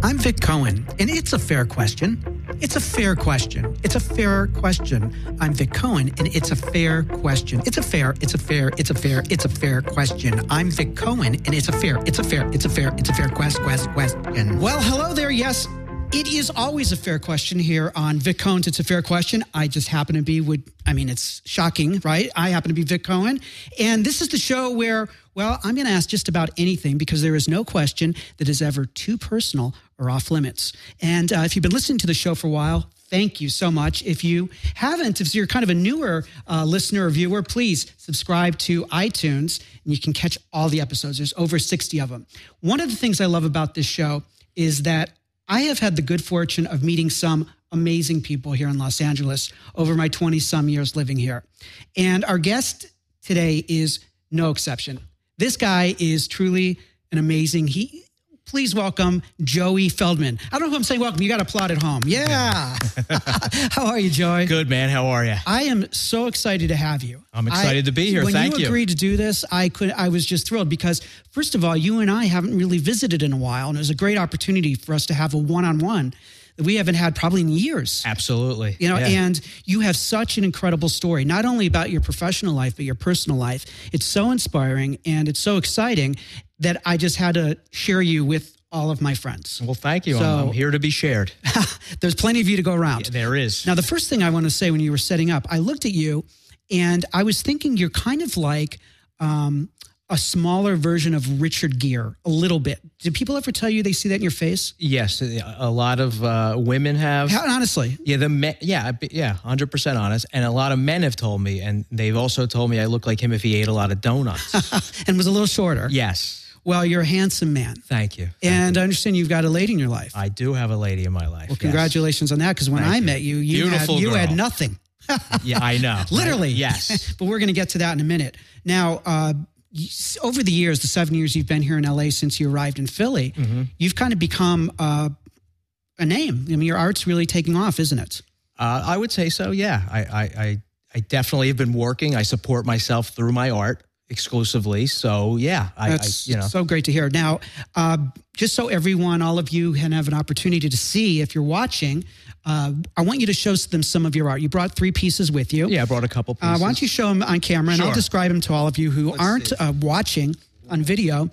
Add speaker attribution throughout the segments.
Speaker 1: I'm Vic Cohen, and it's a fair question. It's a fair question. It's a fair question. I'm Vic Cohen, and it's a fair question. It's a fair, it's a fair, it's a fair, it's a fair question. I'm Vic Cohen, and it's a fair, it's a fair, it's a fair, it's a fair quest, quest, question. Well, hello there. Yes, it is always a fair question here on Vic Cohen's It's a Fair Question. I just happen to be with, I mean, it's shocking, right? I happen to be Vic Cohen. And this is the show where, well, I'm going to ask just about anything because there is no question that is ever too personal or off limits. And uh, if you've been listening to the show for a while, thank you so much. If you haven't, if you're kind of a newer uh, listener or viewer, please subscribe to iTunes and you can catch all the episodes. There's over 60 of them. One of the things I love about this show is that I have had the good fortune of meeting some amazing people here in Los Angeles over my 20 some years living here. And our guest today is no exception. This guy is truly an amazing. He please welcome Joey Feldman. I don't know if I'm saying welcome. You got applaud at home. Yeah. How are you, Joey?
Speaker 2: Good man. How are you?
Speaker 1: I am so excited to have you.
Speaker 2: I'm excited
Speaker 1: I-
Speaker 2: to be here.
Speaker 1: When
Speaker 2: Thank
Speaker 1: you
Speaker 2: you.
Speaker 1: agreed to do this, I could. I was just thrilled because, first of all, you and I haven't really visited in a while, and it was a great opportunity for us to have a one-on-one that we haven't had probably in years.
Speaker 2: Absolutely.
Speaker 1: You know,
Speaker 2: Yeah.
Speaker 1: and you have such an incredible story, not only about your professional life, but your personal life. It's so inspiring and it's so exciting that I just had to share you with all of my friends.
Speaker 2: well, thank you. I'm- I'm,
Speaker 1: So-
Speaker 2: here to be shared.
Speaker 1: There's plenty of you to go around.
Speaker 2: There is.
Speaker 1: Now, the first thing I want to say when you were setting up, I looked at you and I was thinking you're kind of like um, a smaller version of Richard Gere, a little bit. Did people ever tell you they see that in your face?
Speaker 2: yes, a a lot of uh, women have.
Speaker 1: How, honestly,
Speaker 2: yeah, the men, yeah, I be- yeah, hundred percent honest. And a lot of men have told me, and they've also told me I look like him if he ate a lot of donuts.
Speaker 1: and was a little shorter.
Speaker 2: yes,
Speaker 1: Well, you're a handsome man.
Speaker 2: thank you.
Speaker 1: And I understand you've got a lady in your life.
Speaker 2: I do have a lady in my life. yes.
Speaker 1: Congratulations on that, because when I met you, you, had,
Speaker 2: Beautiful
Speaker 1: you had
Speaker 2: girl.
Speaker 1: nothing.
Speaker 2: Yeah, I know.
Speaker 1: Literally.
Speaker 2: Yes.
Speaker 1: but we're going to get to that in a minute. Now, uh, you- over the years, the seven years you've been here in LA since you arrived in Philly,
Speaker 2: Mm-hmm.
Speaker 1: you've kind of become uh, a name. I mean, your art's really taking off, isn't it?
Speaker 2: Uh, I would say so. Yeah, I, I, I, I definitely have been working. I support myself through my art exclusively. So yeah, I, I
Speaker 1: That's
Speaker 2: you know,
Speaker 1: so great to hear. Now, uh, just so everyone, all of you, can have an opportunity to see if you're watching, uh, I want you to show them some of your art. You brought three pieces with you.
Speaker 2: yeah, I brought a couple. Pieces.
Speaker 1: Uh, why don't you show him on camera and I'll
Speaker 2: Sure.
Speaker 1: describe him to all of you who aren't uh, watching on video.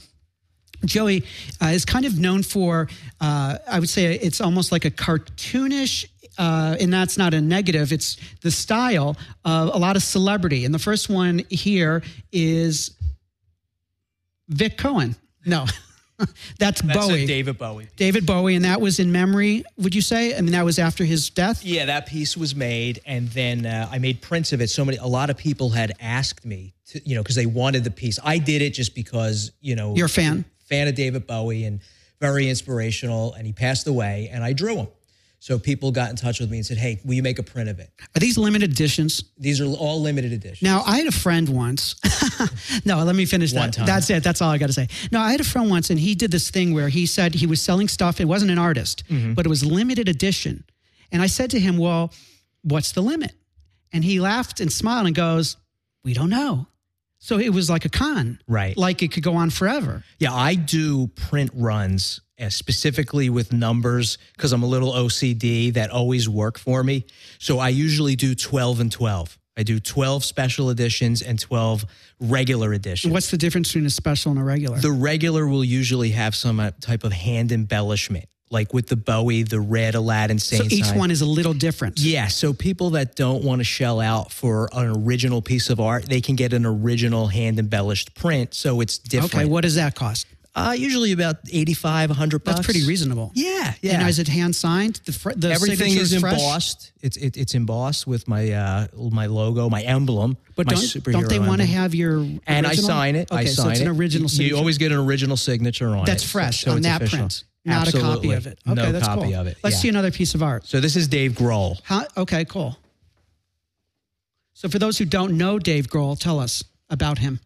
Speaker 1: Joey uh, is kind of known for, uh, I would say it's almost like a cartoonish, uh, and that's not a negative, it's the style of a lot of celebrity. And the first one here is Vic Cohen. No, that's,
Speaker 2: That's a
Speaker 1: Bowie.
Speaker 2: David Bowie.
Speaker 1: David Bowie, and that was in memory, would you say? I mean, that was after his death?
Speaker 2: Yeah, that piece was made, and then uh, I made prints of it. So many, a lot of people had asked me, to, you know, because they wanted the piece. I did it just because, you know,
Speaker 1: You're a fan.
Speaker 2: fan of David Bowie and very inspirational. And he passed away, and I drew him. So people got in touch with me and said, "Hey, will you make a print of it?"
Speaker 1: Are these limited editions?
Speaker 2: These are all limited edition.
Speaker 1: Now, I had a friend once. no, let me finish that.
Speaker 2: time.
Speaker 1: That's it. That's all I got to say. No, I had a friend once, and he did this thing where he said he was selling stuff. It wasn't an artist,
Speaker 2: Mm-hmm.
Speaker 1: but it was limited edition. And I said to him, Well, what's the limit? And he laughed and smiled and goes, We don't know. So it was like a con.
Speaker 2: Right.
Speaker 1: Like it could go on forever.
Speaker 2: Yeah, I do print runs uh, specifically with numbers because I'm a little OCD that always work for me. So I usually do 12 and 12. I do 12 special editions and 12 regular editions.
Speaker 1: What's the difference between a special and a regular?
Speaker 2: The regular will usually have some uh, type of hand embellishment, like with the Bowie, the red Aladdin
Speaker 1: so
Speaker 2: Saint.
Speaker 1: each
Speaker 2: sign.
Speaker 1: one is a little different.
Speaker 2: Yeah, so people that don't want to shell out for an original piece of art, they can get an original hand embellished print. So it's different.
Speaker 1: Okay. What does that cost?
Speaker 2: Uh, usually about 85, 100 bucks.
Speaker 1: That's pretty reasonable.
Speaker 2: Yeah, yeah.
Speaker 1: And is it hand signed? The, fr- the
Speaker 2: Everything
Speaker 1: signature
Speaker 2: is
Speaker 1: fresh?
Speaker 2: embossed. It's it, it's embossed with my uh, my logo, my emblem,
Speaker 1: But
Speaker 2: my
Speaker 1: don't,
Speaker 2: superhero
Speaker 1: don't they want to
Speaker 2: emblem.
Speaker 1: have your
Speaker 2: And I
Speaker 1: original?
Speaker 2: sign it.
Speaker 1: Okay,
Speaker 2: I sign
Speaker 1: so it's
Speaker 2: it.
Speaker 1: an original signature.
Speaker 2: You always get an original signature on
Speaker 1: that's
Speaker 2: it. So-
Speaker 1: fresh
Speaker 2: so
Speaker 1: on
Speaker 2: it's
Speaker 1: that
Speaker 2: official.
Speaker 1: print, not
Speaker 2: Absolutely.
Speaker 1: a copy of it. Okay,
Speaker 2: no
Speaker 1: that's
Speaker 2: copy
Speaker 1: cool.
Speaker 2: of it.
Speaker 1: Let's
Speaker 2: yeah.
Speaker 1: see another piece of art.
Speaker 2: So this is Dave Grohl.
Speaker 1: How, okay, cool. So for those who don't know Dave Grohl, tell us about him.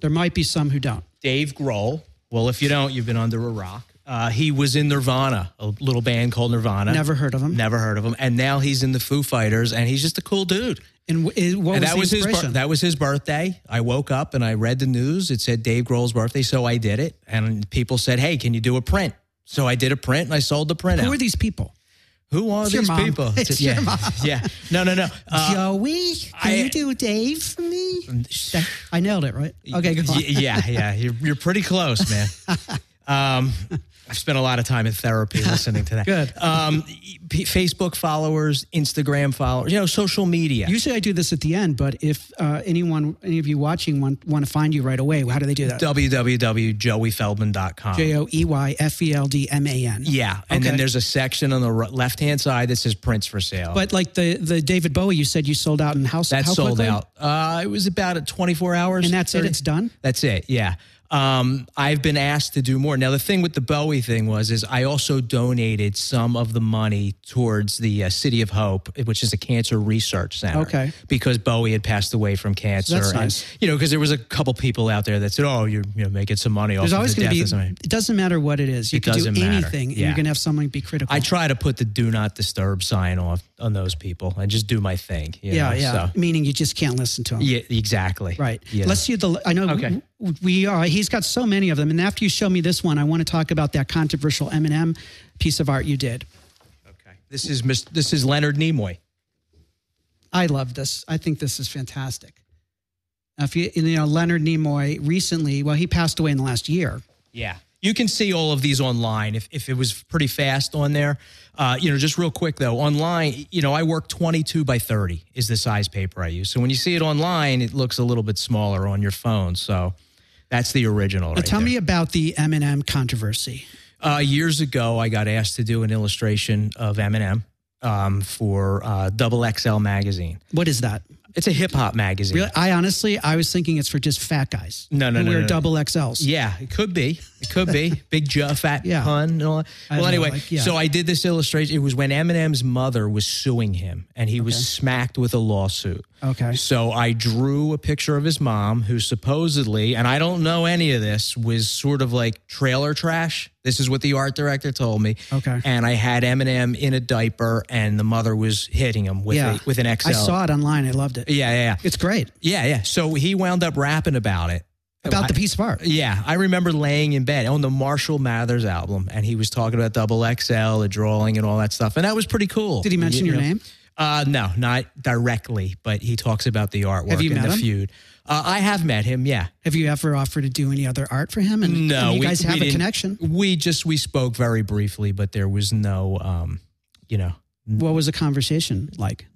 Speaker 1: There might be some who don't.
Speaker 2: Dave Grohl. Well, if you don't, you've been under a rock. Uh, he was in Nirvana, a little band called Nirvana.
Speaker 1: Never heard of him.
Speaker 2: Never heard of him. And now he's in the Foo Fighters, and he's just a cool dude.
Speaker 1: And wh- is- what
Speaker 2: And
Speaker 1: was
Speaker 2: that
Speaker 1: the
Speaker 2: was his bir-
Speaker 1: inspiration?
Speaker 2: that was his birthday. I woke up and I read the news. It said Dave Grohl's birthday, so I did it. And people said, "Hey, can you do a print?" So I did a print and I sold the print
Speaker 1: Who
Speaker 2: out.
Speaker 1: are these people?
Speaker 2: Who are
Speaker 1: It's your
Speaker 2: these
Speaker 1: mom.
Speaker 2: people?
Speaker 1: It's
Speaker 2: yeah.
Speaker 1: your mom.
Speaker 2: Yeah. No, no, no. Uh,
Speaker 1: Joey, can
Speaker 2: I- Mm,
Speaker 1: you do Dave for me? That- I nailed it, right? Okay, go on.
Speaker 2: Y- yeah, yeah. You're, you're pretty close, man. Um, I've spent a lot of time in therapy listening to that.
Speaker 1: Good.
Speaker 2: Um, P- Facebook followers, Instagram followers, you know, social media.
Speaker 1: Usually I do this at the end, but if uh, anyone, any of you watching want, want to find you right away, how do they do that?
Speaker 2: www.joeyfeldman.com.
Speaker 1: J O E Y F E L D M A N.
Speaker 2: yeah. And then
Speaker 1: Okay.
Speaker 2: there's a section on the left hand side that says prints for sale.
Speaker 1: But like the the David Bowie, you said you sold out in house.
Speaker 2: That
Speaker 1: how
Speaker 2: sold
Speaker 1: quickly?
Speaker 2: out. Uh, it was about at 24 hours.
Speaker 1: and that's it.
Speaker 2: 30
Speaker 1: It's done.
Speaker 2: That's it. Yeah. Um, I've been asked to do more. Now, the thing with the Bowie thing was, is I also donated some of the money towards the uh, City of Hope, which is a cancer research center.
Speaker 1: Okay.
Speaker 2: Because Bowie had passed away from cancer.
Speaker 1: that's
Speaker 2: and,
Speaker 1: nice.
Speaker 2: You know, because there was a couple people out there that said, "Oh, you're you know making some money
Speaker 1: There's
Speaker 2: off
Speaker 1: always
Speaker 2: of the
Speaker 1: going to
Speaker 2: death
Speaker 1: be.
Speaker 2: of somebody."
Speaker 1: It doesn't matter what it is. You
Speaker 2: It
Speaker 1: can do
Speaker 2: doesn't matter.
Speaker 1: anything, and
Speaker 2: Yeah.
Speaker 1: you're going to have someone be critical.
Speaker 2: I try to put the "Do Not Disturb" sign off on those people and just do my thing. you
Speaker 1: yeah,
Speaker 2: know,
Speaker 1: yeah.
Speaker 2: so-
Speaker 1: Meaning you just can't listen to them.
Speaker 2: yeah. Exactly.
Speaker 1: Right.
Speaker 2: Yeah.
Speaker 1: Let's see the. I know.
Speaker 2: Okay.
Speaker 1: We, we uh, he's got so many of them, and after you show me this one, I want to talk about that controversial Eminem piece of art you did.
Speaker 2: okay. This is Mis- this is Leonard Nimoy.
Speaker 1: I love this. I think this is fantastic. Now, If you, you know Leonard Nimoy recently, well, he passed away in the last year.
Speaker 2: Yeah. You can see all of these online if, if it was pretty fast on there. Uh, you know, just real quick though, online, you know, I work 22 by 30 is the size paper I use. So when you see it online, it looks a little bit smaller on your phone. So that's the original. Right
Speaker 1: Tell
Speaker 2: there.
Speaker 1: me about the Eminem controversy.
Speaker 2: Uh, years ago, I got asked to do an illustration of Eminem um, for uh, Double XL magazine.
Speaker 1: What is that?
Speaker 2: It's a hip hop magazine.
Speaker 1: Really, I honestly, I was thinking it's for just fat guys.
Speaker 2: No, no,
Speaker 1: who
Speaker 2: no,
Speaker 1: Wear
Speaker 2: no, no.
Speaker 1: double XLs.
Speaker 2: Yeah, it could be. It could be. Big Joe, fat
Speaker 1: Yeah.
Speaker 2: pun. And all that.
Speaker 1: I
Speaker 2: Well,
Speaker 1: know,
Speaker 2: anyway,
Speaker 1: like, yeah.
Speaker 2: so I did this illustration. It was when Eminem's mother was suing him and he was smacked with a lawsuit.
Speaker 1: Okay.
Speaker 2: So I drew a picture of his mom, who supposedly, and I don't know any of this, was sort of like trailer trash. This is what the art director told me.
Speaker 1: Okay.
Speaker 2: And I had Eminem in a diaper and the mother was hitting him with,
Speaker 1: Yeah.
Speaker 2: a, with an XL.
Speaker 1: I saw it online. I loved it.
Speaker 2: Yeah, yeah, yeah.
Speaker 1: It's great
Speaker 2: Yeah, yeah. So he wound up rapping about it.
Speaker 1: about the piece of art.
Speaker 2: Yeah, I remember laying in bed on the Marshall Mathers album, and he was talking about double XL, the drawing, and all that stuff, and that was pretty cool.
Speaker 1: Did he mention
Speaker 2: You
Speaker 1: your
Speaker 2: know?
Speaker 1: name?
Speaker 2: Uh, no, not directly, but he talks about the artwork
Speaker 1: Have you
Speaker 2: and
Speaker 1: met
Speaker 2: the
Speaker 1: him?
Speaker 2: feud. Uh, I have met him. Yeah,
Speaker 1: Have you ever offered to do any other art for him? And,
Speaker 2: no,
Speaker 1: and you
Speaker 2: we-
Speaker 1: guys
Speaker 2: we
Speaker 1: have a
Speaker 2: didn't-
Speaker 1: connection.
Speaker 2: We just we spoke very briefly, but there was no, um, you know,
Speaker 1: What was the conversation like?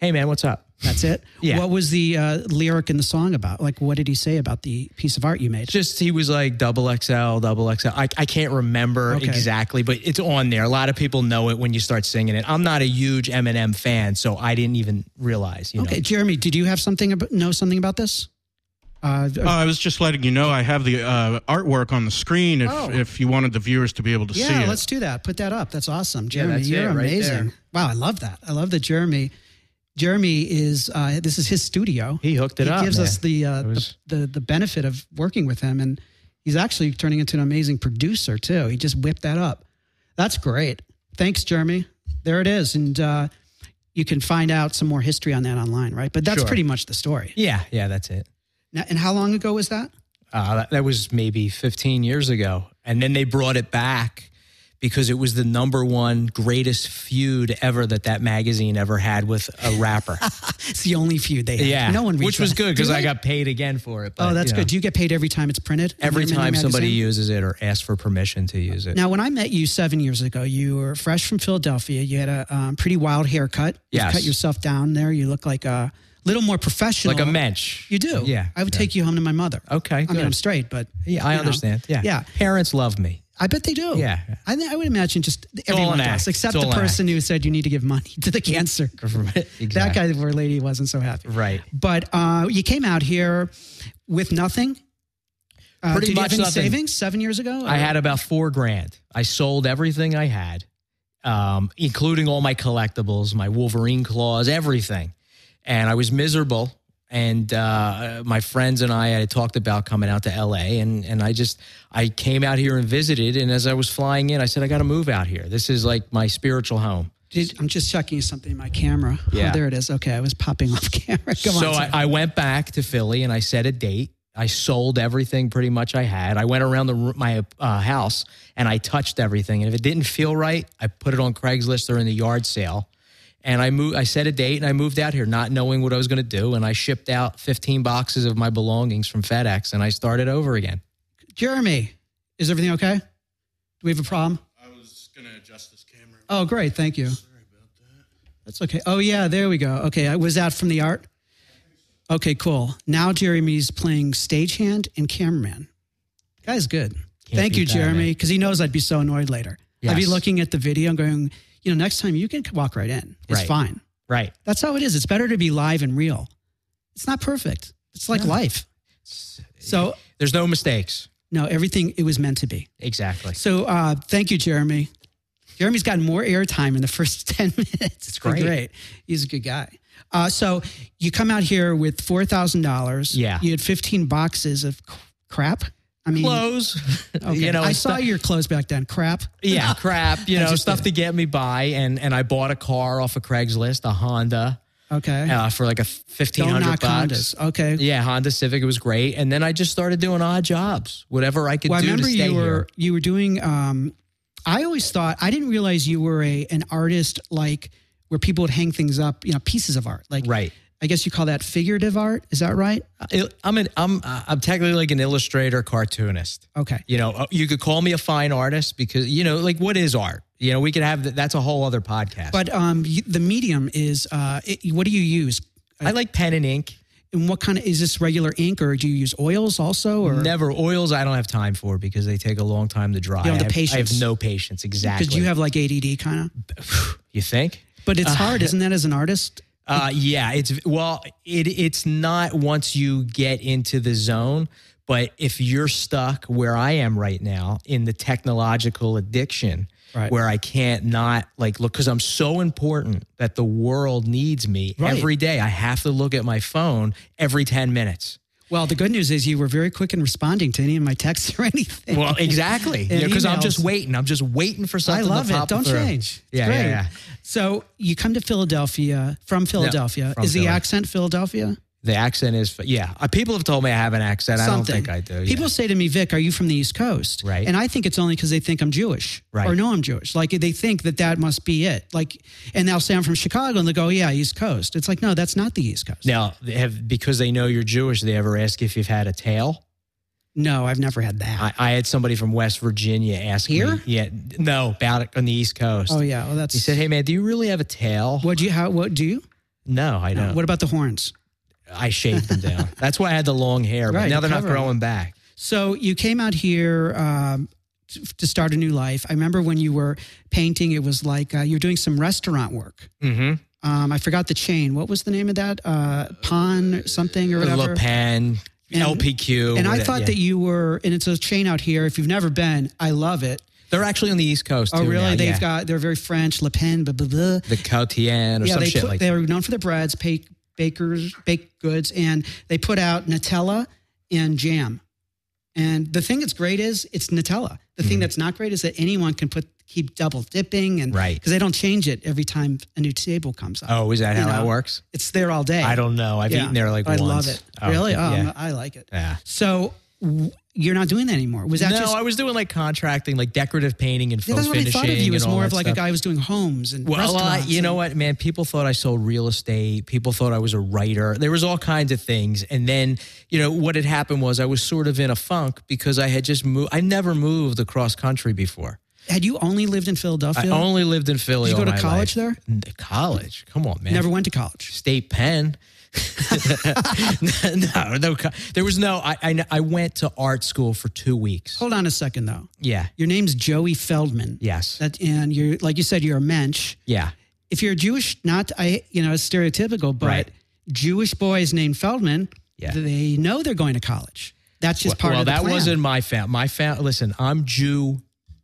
Speaker 2: hey man, what's up?
Speaker 1: That's it.
Speaker 2: Yeah.
Speaker 1: What was the uh, lyric in the song about? Like, what did he say about the piece of art you made?
Speaker 2: Just he was like double XL, double XL. I, I can't remember
Speaker 1: Okay.
Speaker 2: exactly, but it's on there. A lot of people know it when you start singing it. I'm not a huge Eminem fan, so I didn't even realize. You
Speaker 1: okay,
Speaker 2: know.
Speaker 1: Jeremy, did you have something about, know something about this? Uh,
Speaker 3: Uh, I was just letting you know I have the uh, artwork on the screen if,
Speaker 1: Oh.
Speaker 3: if you wanted the viewers to be
Speaker 2: Oh,
Speaker 3: able to see
Speaker 1: yeah,
Speaker 3: it.
Speaker 1: let's do that. Put that up. That's awesome, Jeremy.
Speaker 2: that's
Speaker 1: you're
Speaker 2: it right
Speaker 1: amazing.
Speaker 2: there.
Speaker 1: wow, I love that. I love that Jeremy. Jeremy is uh, this is his studio.
Speaker 2: He hooked it
Speaker 1: he
Speaker 2: up.
Speaker 1: gives
Speaker 2: man.
Speaker 1: us the, uh,
Speaker 2: It was-
Speaker 1: the the the benefit of working with him, and he's actually turning into an amazing producer too. He just whipped that up. That's great. Thanks, Jeremy. There it is, and uh, you can find out some more history on that online, right? But that's
Speaker 2: Sure.
Speaker 1: pretty much the story.
Speaker 2: yeah, yeah. That's it.
Speaker 1: Now, and how long ago was that?
Speaker 2: Uh, that, that was maybe 15 years ago, and then they brought it back because it was the number one greatest feud ever that that magazine ever had with a rapper.
Speaker 1: It's the only feud they had.
Speaker 2: yeah,
Speaker 1: no one. reads
Speaker 2: which was
Speaker 1: that.
Speaker 2: good
Speaker 1: Do
Speaker 2: because I
Speaker 1: they?
Speaker 2: got paid again for it. but,
Speaker 1: Oh, that's
Speaker 2: you know.
Speaker 1: good. Do you get paid every time it's printed?
Speaker 2: Every
Speaker 1: In the
Speaker 2: time somebody
Speaker 1: magazine?
Speaker 2: uses it or asks for permission to use it.
Speaker 1: Now, when I met you seven years ago, you were fresh from Philadelphia. You had a um, pretty wild haircut. You
Speaker 2: Yes.
Speaker 1: cut yourself down there. You look like a little more professional.
Speaker 2: like a mensch.
Speaker 1: You do.
Speaker 2: Yeah.
Speaker 1: I would take you home to my mother.
Speaker 2: Okay,
Speaker 1: I mean,
Speaker 2: good.
Speaker 1: I'm straight, but
Speaker 2: Yeah, I
Speaker 1: you know.
Speaker 2: understand. Yeah.
Speaker 1: Yeah. Oh.
Speaker 2: Parents love me.
Speaker 1: I bet they do.
Speaker 2: Yeah.
Speaker 1: I, th- I would imagine just
Speaker 2: all
Speaker 1: everyone
Speaker 2: an act.
Speaker 1: does, except
Speaker 2: It's
Speaker 1: the
Speaker 2: all an
Speaker 1: person who said you need to give money to the cancer.
Speaker 2: exactly.
Speaker 1: That guy or lady wasn't so happy.
Speaker 2: Right.
Speaker 1: But uh, you came out here with nothing. Uh,
Speaker 2: Pretty
Speaker 1: did you
Speaker 2: much
Speaker 1: have any
Speaker 2: nothing.
Speaker 1: savings seven years ago?
Speaker 2: I had about four grand. I sold everything I had, um, including all my collectibles, my Wolverine claws, everything. And I was miserable. And uh, my friends and I had talked about coming out to LA, and and I just I came out here and visited. And as I was flying in, I said I got to move out here. This is like my spiritual home.
Speaker 1: Did, I'm just checking something in my camera.
Speaker 2: Yeah.
Speaker 1: Oh, there it is. Okay, I was popping off camera. Go on.
Speaker 2: so
Speaker 1: sorry.
Speaker 2: I, I went back to Philly and I set a date. I sold everything pretty much I had. I went around the ro- my uh, house and I touched everything. And if it didn't feel right, I put it on Craigslist or in the yard sale. And I moved. I set a date and I moved out here, not knowing what I was going to do. And I shipped out 15 boxes of my belongings from FedEx, and I started over again.
Speaker 1: Jeremy, is everything okay? Do we have a problem?
Speaker 3: I was gonna adjust this camera.
Speaker 1: Oh, great. Thank you. That's okay. Oh, yeah. There we go. Okay. I was that from the art. Okay, cool. Now Jeremy's playing stagehand and cameraman. Guy's good. Thank
Speaker 2: beat
Speaker 1: you,
Speaker 2: that,
Speaker 1: Jeremy, because he knows I'd be so annoyed later. I'd be
Speaker 2: Yes.
Speaker 1: looking at the video and going, you know, next time you can walk right in. It's
Speaker 2: Right.
Speaker 1: fine.
Speaker 2: Right.
Speaker 1: That's how it is. It's better to be live and real. It's not perfect. It's like life. So
Speaker 2: There's no mistakes.
Speaker 1: no, everything it was meant to be.
Speaker 2: Exactly.
Speaker 1: So uh, thank you, Jeremy. Jeremy's gotten more airtime in the first 10 minutes. It's been
Speaker 2: great.
Speaker 1: He's a good guy. Uh, so you come out here with $4,000.
Speaker 2: Yeah.
Speaker 1: You had 15 boxes of c- crap. I mean,
Speaker 2: Clothes.
Speaker 1: okay.
Speaker 2: you know,
Speaker 1: I
Speaker 2: it's
Speaker 1: saw
Speaker 2: not-
Speaker 1: your clothes back then. Crap.
Speaker 2: yeah, crap, you know,
Speaker 1: just
Speaker 2: stuff to get me by. And and I bought a car off of Craigslist, a Honda,
Speaker 1: Okay.
Speaker 2: uh, for like a fifteen
Speaker 1: Don't
Speaker 2: hundred
Speaker 1: knock
Speaker 2: bucks.
Speaker 1: Hondas. Okay.
Speaker 2: Yeah, Honda Civic. It was great. And then I just started doing odd jobs, whatever I could
Speaker 1: Well, I
Speaker 2: do to
Speaker 1: remember
Speaker 2: stay
Speaker 1: you were
Speaker 2: here.
Speaker 1: you were doing. Um, I always thought I didn't realize you were a an artist like where people would hang things up, you know, pieces of art. Like
Speaker 2: Right.
Speaker 1: I guess you call that figurative art. Is that right?
Speaker 2: I- I'm an I'm uh, I'm technically like an illustrator, cartoonist.
Speaker 1: Okay.
Speaker 2: You know, uh, you could call me a fine artist because you know, like, what is art? You know, we could have th- that's a whole other podcast.
Speaker 1: But um, you, the medium is uh, it, what do you use?
Speaker 2: I like pen and ink.
Speaker 1: And what kind of is this regular ink or do you use oils also or
Speaker 2: Never oils. I don't have time for because they take a long time to dry.
Speaker 1: don't have the
Speaker 2: I have- I
Speaker 1: patience.
Speaker 2: have no patience. Exactly. Uh,
Speaker 1: because you have like ADD kind of?
Speaker 2: you think?
Speaker 1: But it's hard, isn't that? As an artist,
Speaker 2: Uh, yeah, it's well, it it's not once you get into the zone, but if you're stuck where I am right now in the technological addiction,
Speaker 1: Right.
Speaker 2: where I can't not like look because I'm so important that the world needs me
Speaker 1: Right.
Speaker 2: every day. I have to look at my phone every ten minutes.
Speaker 1: well, the good news is you were very quick in responding to any of my texts or anything.
Speaker 2: Well, exactly,
Speaker 1: And
Speaker 2: because I'm
Speaker 1: emails.
Speaker 2: just waiting. I'm just waiting for
Speaker 1: I
Speaker 2: something.
Speaker 1: love
Speaker 2: to
Speaker 1: it.
Speaker 2: pop
Speaker 1: Don't
Speaker 2: through.
Speaker 1: change. It's
Speaker 2: Yeah,
Speaker 1: great.
Speaker 2: yeah, yeah.
Speaker 1: So you come to Philadelphia from Philadelphia.
Speaker 2: from
Speaker 1: Is the
Speaker 2: Philly.
Speaker 1: accent Philadelphia?
Speaker 2: The accent is yeah. Uh, People have told me I have an accent. I don't think I do. yeah.
Speaker 1: People say to me, Vic, are you from the East Coast?
Speaker 2: Right.
Speaker 1: And I think it's only because they think I'm Jewish
Speaker 2: Right.
Speaker 1: or know I'm Jewish. Like they think that that must be it. Like, and they'll say I'm from Chicago and they'll go, yeah, East Coast. It's like, no, that's not the East Coast.
Speaker 2: Now, they have because they know you're Jewish, they ever ask if you've had a tail?
Speaker 1: No, I've never had that.
Speaker 2: I, I had somebody from West Virginia ask
Speaker 1: Here?
Speaker 2: me. Yeah, no, about it on the East Coast.
Speaker 1: oh yeah. Well, that's,
Speaker 2: He said, "Hey man, do you really have a tail?"
Speaker 1: what do you, how, what do you,
Speaker 2: No, I don't.
Speaker 1: what about the horns?
Speaker 2: I shaved them down. That's why I had the long hair.
Speaker 1: Right,
Speaker 2: but
Speaker 1: to
Speaker 2: now they're not
Speaker 1: cover 'em.
Speaker 2: growing back.
Speaker 1: So you came out here um, t- to start a new life. I remember when you were painting, it was like uh, you were doing some restaurant work.
Speaker 2: Mm-hmm.
Speaker 1: Um, I forgot the chain. What was the name of that? Uh, Pon something or whatever.
Speaker 2: Le Pen, LPQ,
Speaker 1: And I
Speaker 2: whatever,
Speaker 1: thought
Speaker 2: yeah.
Speaker 1: that you were, and it's a chain out here. If you've never been, I love it.
Speaker 2: they're actually on the East Coast.
Speaker 1: Oh,
Speaker 2: too
Speaker 1: really?
Speaker 2: now,
Speaker 1: They've
Speaker 2: yeah.
Speaker 1: got they're very French, Le Pen, blah blah blah.
Speaker 2: the Cotienne or
Speaker 1: yeah,
Speaker 2: some
Speaker 1: they
Speaker 2: shit
Speaker 1: put,
Speaker 2: like that.
Speaker 1: they're known for their breads, bake, bakers, baked goods, and they put out Nutella and jam. And the thing that's great is it's Nutella. The
Speaker 2: Mm.
Speaker 1: thing that's not great is that anyone can put keep double dipping and
Speaker 2: Right.
Speaker 1: because they don't change it every time a new table comes up.
Speaker 2: Oh, is that how
Speaker 1: you
Speaker 2: that
Speaker 1: know.
Speaker 2: works?
Speaker 1: It's there all day.
Speaker 2: I don't know. I've
Speaker 1: Yeah.
Speaker 2: eaten there like
Speaker 1: I
Speaker 2: once.
Speaker 1: love it.
Speaker 2: Oh,
Speaker 1: really? Oh,
Speaker 2: yeah.
Speaker 1: I'm- I like it.
Speaker 2: yeah.
Speaker 1: So w- you're not doing that anymore. Was that
Speaker 2: no,
Speaker 1: just
Speaker 2: I was doing like contracting, like decorative painting and
Speaker 1: Yeah,
Speaker 2: faux
Speaker 1: that's what I
Speaker 2: finishing.
Speaker 1: thought of you
Speaker 2: and
Speaker 1: as
Speaker 2: all
Speaker 1: more
Speaker 2: that
Speaker 1: of like
Speaker 2: stuff.
Speaker 1: a guy who was doing homes and
Speaker 2: Well, I,
Speaker 1: restaurants.
Speaker 2: you know what, man? People thought I sold real estate. People thought I was a writer. There was all kinds of things. And then, you know, what had happened was I was sort of in a funk because I had just moved. I never moved across country before.
Speaker 1: Had you only lived in Philadelphia?
Speaker 2: I only lived in Philly.
Speaker 1: Did you go
Speaker 2: all
Speaker 1: to
Speaker 2: my
Speaker 1: college
Speaker 2: life.
Speaker 1: there?
Speaker 2: N- College? Come on, man.
Speaker 1: Never went to college.
Speaker 2: State Penn. no, no. co- There was no. I, I I went to art school for two weeks.
Speaker 1: Hold on a second though.
Speaker 2: Yeah.
Speaker 1: Your name's Joey Feldman.
Speaker 2: Yes.
Speaker 1: That, and you're like you said, you're a mensch.
Speaker 2: Yeah.
Speaker 1: If you're Jewish, not I, you know, it's stereotypical, but
Speaker 2: Right.
Speaker 1: Jewish boys named Feldman,
Speaker 2: Yeah.
Speaker 1: they know they're going to college. That's just part
Speaker 2: well,
Speaker 1: of the
Speaker 2: that
Speaker 1: plan.
Speaker 2: wasn't my family. My family. Listen, I'm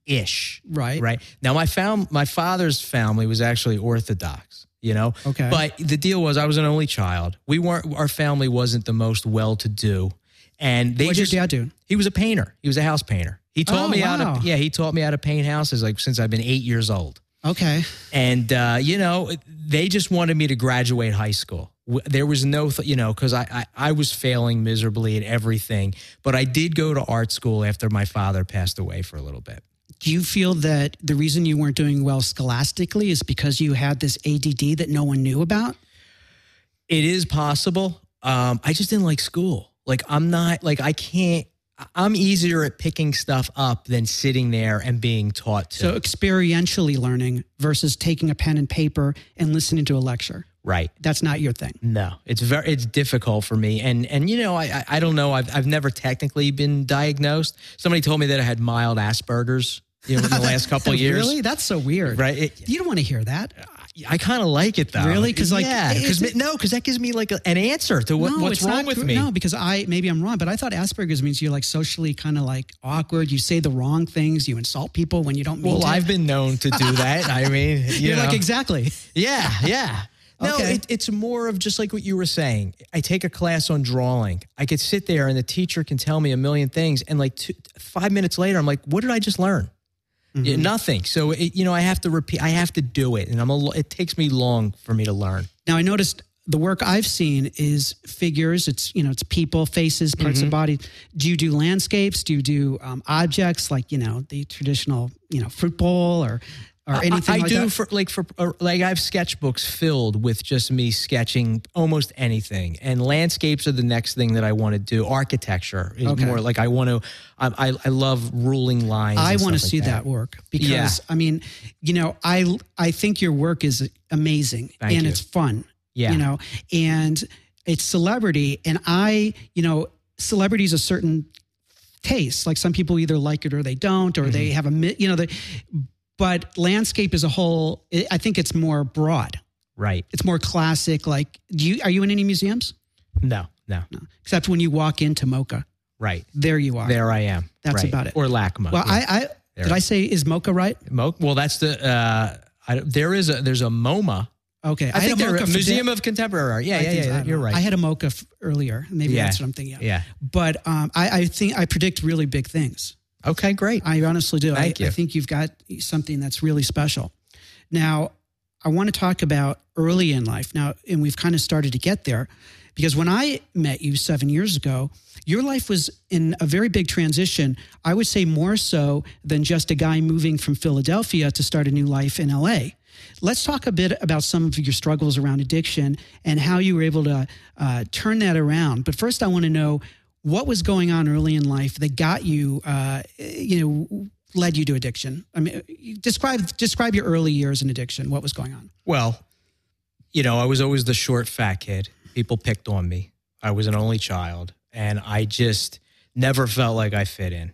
Speaker 2: Jew-ish.
Speaker 1: Right.
Speaker 2: Right. Now, my fam- my father's family was actually Orthodox. You know.
Speaker 1: Okay.
Speaker 2: But the deal was, I was an only child. We weren't. Our family wasn't the most well-to-do, and they
Speaker 1: What'd
Speaker 2: just.
Speaker 1: your dad do?
Speaker 2: He was a painter. He was a house painter. He taught
Speaker 1: Oh,
Speaker 2: me
Speaker 1: wow.
Speaker 2: how to. Yeah, he taught me how to paint houses like since I've been eight years old.
Speaker 1: Okay.
Speaker 2: And, uh, you know, they just wanted me to graduate high school. w- there was no th- you know because I, I i was failing miserably at everything but i did go to art school after my father passed away for a little bit
Speaker 1: Do you feel that the reason you weren't doing well scholastically is because you had this ADD that no one knew about?
Speaker 2: It is possible. Um, I just didn't like school. Like I'm not like I can't. I- I'm easier at picking stuff up than sitting there and being taught to.
Speaker 1: So experientially learning versus taking a pen and paper and listening to a lecture.
Speaker 2: right.
Speaker 1: That's not your thing.
Speaker 2: No, it's very it's difficult for me, and and you know I I, I don't know I've I've never technically been diagnosed. Somebody told me that I had mild Asperger's you know, in the last couple of years.
Speaker 1: Really? That's so weird.
Speaker 2: Right. It,
Speaker 1: You don't want to hear that.
Speaker 2: I kind of like it though.
Speaker 1: Really? 'Cause, like,
Speaker 2: yeah,
Speaker 1: it-
Speaker 2: because
Speaker 1: it-
Speaker 2: no, because that gives me like a, an answer to what,
Speaker 1: no,
Speaker 2: what's
Speaker 1: it's
Speaker 2: wrong
Speaker 1: not
Speaker 2: with
Speaker 1: gr-
Speaker 2: me.
Speaker 1: No, because I maybe I'm wrong, but I thought Asperger's means you're like socially kind of like awkward. You say the wrong things. You insult people when you don't mean
Speaker 2: well,
Speaker 1: to.
Speaker 2: I've been known to do that. I mean, you
Speaker 1: you're
Speaker 2: know.
Speaker 1: like exactly.
Speaker 2: Yeah, yeah. No,
Speaker 1: Okay.
Speaker 2: it, it's more of just like what you were saying. I take a class on drawing. I could sit there and the teacher can tell me a million things, and like two, five minutes later, I'm like, "What did I just learn?
Speaker 1: Mm-hmm.
Speaker 2: Yeah, nothing." So it, you know, I have to repeat. I have to do it, and I'm a. lo- It takes me long for me to learn.
Speaker 1: Now I noticed the work I've seen is figures. It's you know it's people, faces, parts
Speaker 2: Mm-hmm.
Speaker 1: of body. Do you do landscapes? Do you do um, objects like you know the traditional you know fruit bowl or or anything
Speaker 2: I, I
Speaker 1: like
Speaker 2: do
Speaker 1: that?
Speaker 2: for like for uh, like I have sketchbooks filled with just me sketching almost anything, and landscapes are the next thing that I want to do. Architecture is
Speaker 1: Okay.
Speaker 2: more like I want to. I I, I love ruling lines.
Speaker 1: I
Speaker 2: want to
Speaker 1: see that. work because
Speaker 2: Yeah.
Speaker 1: I mean, you know, I I think your work is amazing
Speaker 2: Thank
Speaker 1: and
Speaker 2: you.
Speaker 1: it's fun.
Speaker 2: Yeah.
Speaker 1: You know, and it's celebrity and I, you know, celebrities a certain taste. Like some people either like it or they don't or they
Speaker 2: Mm-hmm.
Speaker 1: have a mi- you know, they, but landscape as a whole, I- I think it's more broad.
Speaker 2: Right.
Speaker 1: It's more classic like do you are you in any museums?
Speaker 2: No, no.
Speaker 1: Except when you walk into Mocha.
Speaker 2: Right.
Speaker 1: There you are.
Speaker 2: There I am.
Speaker 1: That's
Speaker 2: Right.
Speaker 1: about it.
Speaker 2: Or LACMA.
Speaker 1: Well,
Speaker 2: yeah.
Speaker 1: I I did I say is Mocha right?
Speaker 2: Mo- well, that's the uh I, there is a there's a MoMA.
Speaker 1: Okay.
Speaker 2: I,
Speaker 1: had
Speaker 2: think
Speaker 1: a
Speaker 2: they're
Speaker 1: Mocha
Speaker 2: a
Speaker 1: for
Speaker 2: Museum
Speaker 1: di-
Speaker 2: of Contemporary Art. Yeah,
Speaker 1: I
Speaker 2: yeah,
Speaker 1: think- I
Speaker 2: yeah.
Speaker 1: don't
Speaker 2: You're
Speaker 1: know.
Speaker 2: right.
Speaker 1: I had a mocha f- earlier. Maybe
Speaker 2: Yeah.
Speaker 1: that's what I'm thinking. of.
Speaker 2: yeah.
Speaker 1: But um, I, I think I predict really big things.
Speaker 2: Okay, great.
Speaker 1: I honestly do.
Speaker 2: Thank
Speaker 1: I,
Speaker 2: you.
Speaker 1: I think you've got something that's really special. Now, I want to talk about early in life now, and we've kind of started to get there because when I met you seven years ago, your life was in a very big transition. I would say more so than just a guy moving from Philadelphia to start a new life in LA. Let's talk a bit about some of your struggles around addiction and how you were able to uh, turn that around. But first, I want to know what was going on early in life that got you, uh, you know, led you to addiction? I mean, describe describe your early years in addiction. What was going on?
Speaker 2: Well, you know, I was always the short fat kid. People picked on me. I was an only child, and I just never felt like I fit in.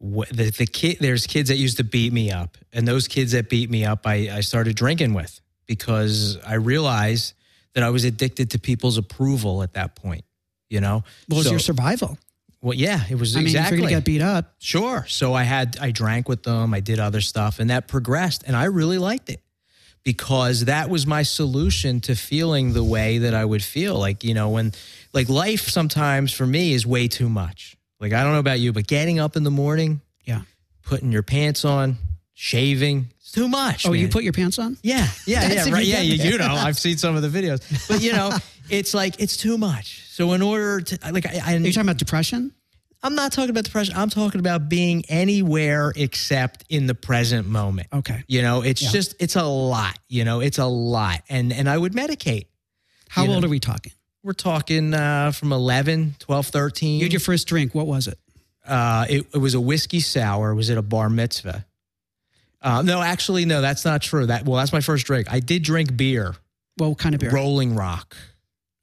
Speaker 2: Wh- The, the kid, there's kids that used to beat me up, and those kids that beat me up, I, I started drinking with because I realized that I was addicted to people's approval at that point. You know,
Speaker 1: What was
Speaker 2: So-
Speaker 1: your survival?
Speaker 2: well, yeah, it was
Speaker 1: I mean,
Speaker 2: exactly.
Speaker 1: if you're gonna get beat up,
Speaker 2: Sure. So I had I drank with them, I did other stuff and that progressed and I really liked it because that was my solution to feeling the way that I would feel like, you know, when like life sometimes for me is way too much. Like I don't know about you, but getting up in the morning,
Speaker 1: yeah.
Speaker 2: putting your pants on, shaving, it's too much.
Speaker 1: Oh, you
Speaker 2: man.
Speaker 1: put your pants on?
Speaker 2: Yeah, yeah,
Speaker 1: That's
Speaker 2: yeah,
Speaker 1: if
Speaker 2: right.
Speaker 1: you
Speaker 2: Yeah, you,
Speaker 1: get
Speaker 2: you know, I've seen some of the videos. But you know, it's like it's too much. So in order to like I, I
Speaker 1: Are you talking about depression?
Speaker 2: I'm not talking about depression. I'm talking about being anywhere except in the present moment.
Speaker 1: Okay.
Speaker 2: You know, it's just it's a lot. You know, it's a lot, and and I would medicate.
Speaker 1: How old are we talking?
Speaker 2: We're talking uh, from 11, 12, 13.
Speaker 1: You had your first drink. What was it?
Speaker 2: uh, it, it was a whiskey sour. It was at a bar mitzvah. Uh, no, actually, no, that's not true. That well, that's my first drink. I did drink beer,
Speaker 1: Well, what kind of beer?
Speaker 2: Rolling Rock.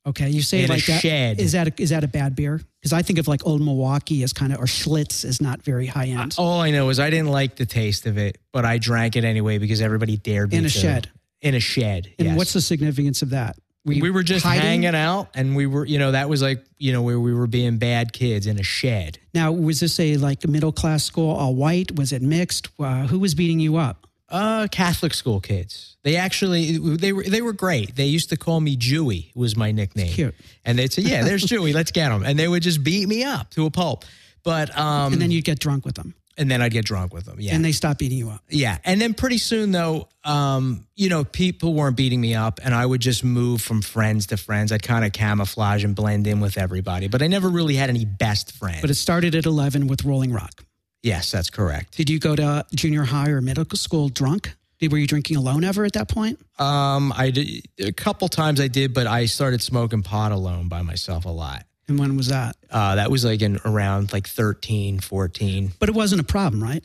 Speaker 1: okay, you say
Speaker 2: in
Speaker 1: it
Speaker 2: a
Speaker 1: like that.
Speaker 2: shed.
Speaker 1: Is that a, is that a bad beer? Because I think of like Old Milwaukee as kind of or Schlitz is not very high end.
Speaker 2: All I know is I didn't like the taste of it, but I drank it anyway because everybody dared me
Speaker 1: In a
Speaker 2: to.
Speaker 1: shed.
Speaker 2: In a shed.
Speaker 1: and
Speaker 2: yes.
Speaker 1: what's the significance of that? Were you
Speaker 2: we were just
Speaker 1: hiding?
Speaker 2: hanging out and we were you know that was like you know where we were being bad kids in a shed
Speaker 1: Now, was this a like middle class school, all white? Was it mixed? Uh, who was beating you up?
Speaker 2: uh catholic school kids they actually they were they were great they used to call me jewy was my nickname
Speaker 1: Cute.
Speaker 2: and they'd say yeah there's jewy let's get him and they would just beat me up to a pulp but um
Speaker 1: And then you'd get drunk with them.
Speaker 2: and then I'd get drunk with them. Yeah.
Speaker 1: and they stop beating you up.
Speaker 2: Yeah. And then pretty soon though, um, you know, people weren't beating me up and I would just move from friends to friends. I'd kind of camouflage and blend in with everybody, but I never really had any best friends.
Speaker 1: But it started at 11 with Rolling Rock.
Speaker 2: yes, that's correct.
Speaker 1: Did you go to junior high or middle school drunk? Did, were you drinking alone ever at that point?
Speaker 2: Um, I did a couple times I did, but I started smoking pot alone by myself a lot.
Speaker 1: And when was that?
Speaker 2: Uh, that was like in around like 13, 14.
Speaker 1: But it wasn't a problem, right?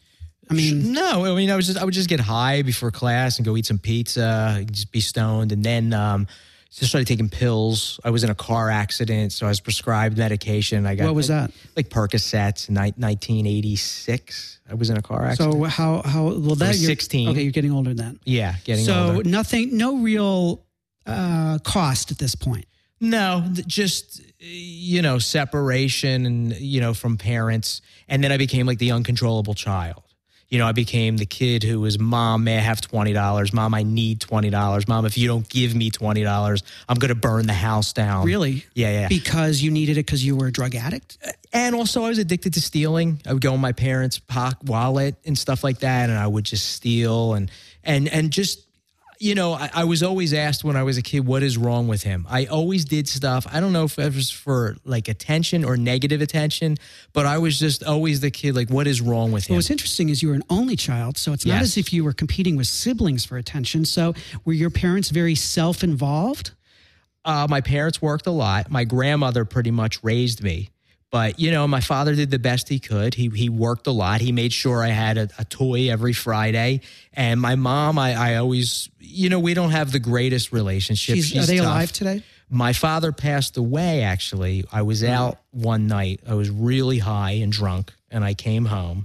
Speaker 1: I mean,
Speaker 2: No, I mean, I was just I would just get high before class and go eat some pizza, and just be stoned, and then um, just started taking pills. I was in a car accident, so I was prescribed medication. I got
Speaker 1: What was that?
Speaker 2: like- Like Percocets, ni- nineteen eighty six. I was in a car accident.
Speaker 1: so how how well that
Speaker 2: was
Speaker 1: you're
Speaker 2: 16.
Speaker 1: Okay, you're getting older then.
Speaker 2: yeah, getting
Speaker 1: so
Speaker 2: older.
Speaker 1: nothing, no real uh, cost at this point.
Speaker 2: No, th- just you know, separation and you know from parents, and then I became like the uncontrollable child. You know, I became the kid who was, "Mom, may I have twenty dollars? Mom, I need twenty dollars. Mom, if you don't give me twenty dollars, I'm going to burn the house down."
Speaker 1: Really?
Speaker 2: Yeah, yeah.
Speaker 1: Because you needed it because you were a drug addict.
Speaker 2: and also, I was addicted to stealing. I would go in my parents' pocket wallet and stuff like that, and I would just steal and and and just. You know, I, I was always asked when I was a kid, what is wrong with him? I always did stuff. I don't know if it was for like attention or negative attention, but I was just always the kid, like, what is wrong with him?
Speaker 1: What's interesting is you were an only child, so it's not
Speaker 2: Yes.
Speaker 1: as if you were competing with siblings for attention. So were your parents very self-involved?
Speaker 2: uh, my parents worked a lot. My grandmother pretty much raised me. But you know, my father did the best he could. He he worked a lot. He made sure I had a, a toy every Friday. And my mom, I, I always, you know, we don't have the greatest relationship.
Speaker 1: She's-
Speaker 2: She's
Speaker 1: are they
Speaker 2: tough.
Speaker 1: alive today?
Speaker 2: My father passed away. Actually, I was out one night. I was really high and drunk, and I came home.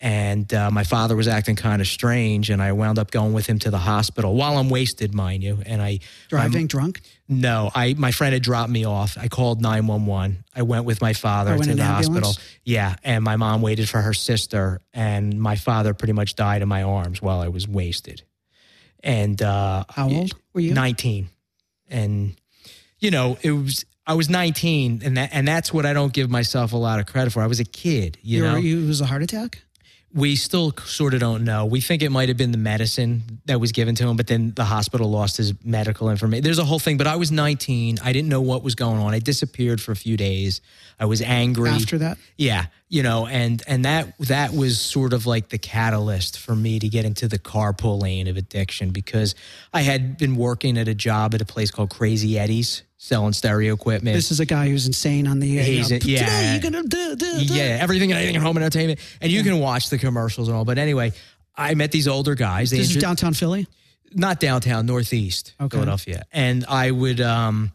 Speaker 2: And uh, my father was acting kind of strange, and I wound up going with him to the hospital while I'm wasted, mind you. And I
Speaker 1: Driving drunk?
Speaker 2: no, I my friend had dropped me off. I called 911. I went with my father
Speaker 1: Oh, in
Speaker 2: to
Speaker 1: an
Speaker 2: the hospital.
Speaker 1: ambulance?
Speaker 2: Yeah, and my mom waited for her sister and my father pretty much died in my arms while I was wasted. And uh
Speaker 1: How old were you?
Speaker 2: 19. And you know, it was I was 19 and that and that's what I don't give myself a lot of credit for. I was a kid, you
Speaker 1: You
Speaker 2: know.
Speaker 1: were- you- it was a heart attack?
Speaker 2: we still sort of don't know. We think it might have been the medicine that was given to him, but then the hospital lost his medical information. There's a whole thing, but I was 19. I didn't know what was going on. I disappeared for a few days. I was angry.
Speaker 1: After that?
Speaker 2: yeah, you know, and and that that was sort of like the catalyst for me to get into the carpool lane of addiction because I had been working at a job at a place called Crazy Eddie's selling stereo equipment.
Speaker 1: This is a guy who's insane on the. Uh,
Speaker 2: He's
Speaker 1: you
Speaker 2: a- yeah.
Speaker 1: Today you're gonna do, do, do."
Speaker 2: yeah, everything and anything at home entertainment, and you can watch the commercials and all. But anyway, I met these older guys. They
Speaker 1: This is
Speaker 2: intro-
Speaker 1: downtown Philly.
Speaker 2: not downtown, northeast
Speaker 1: Okay.
Speaker 2: Philadelphia, and I would, um,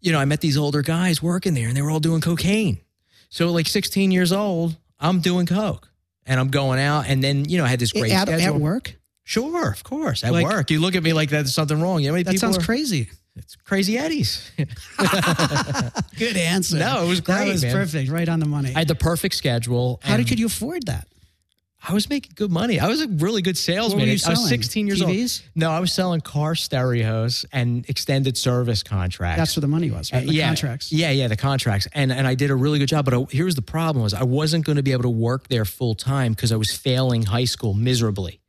Speaker 2: you know, I met these older guys working there, and they were all doing cocaine. So, at like 16 years old, I'm doing coke, and I'm going out, and then you know, I had this great
Speaker 1: at, at
Speaker 2: schedule.
Speaker 1: work.
Speaker 2: Sure, of course, at
Speaker 1: Like-
Speaker 2: work. You look at me like that's something wrong. You know how many
Speaker 1: That
Speaker 2: people
Speaker 1: sounds
Speaker 2: are-
Speaker 1: crazy.
Speaker 2: It's crazy Eddies.
Speaker 1: Good answer.
Speaker 2: No, it was
Speaker 1: That
Speaker 2: great,
Speaker 1: was
Speaker 2: man.
Speaker 1: perfect, right on the money.
Speaker 2: I had the perfect schedule.
Speaker 1: How did,
Speaker 2: and
Speaker 1: could you afford that?
Speaker 2: I was making good money. I was a really good salesman.
Speaker 1: What were you
Speaker 2: I was
Speaker 1: selling?
Speaker 2: 16 years
Speaker 1: TVs?
Speaker 2: old. No, I was selling car stereos and extended service contracts.
Speaker 1: That's where the money was, right? The
Speaker 2: Uh, yeah,
Speaker 1: contracts.
Speaker 2: Yeah, yeah, the contracts. And and I did a really good job, but I, here's the problem was I wasn't going to be able to work there full time because I was failing high school miserably.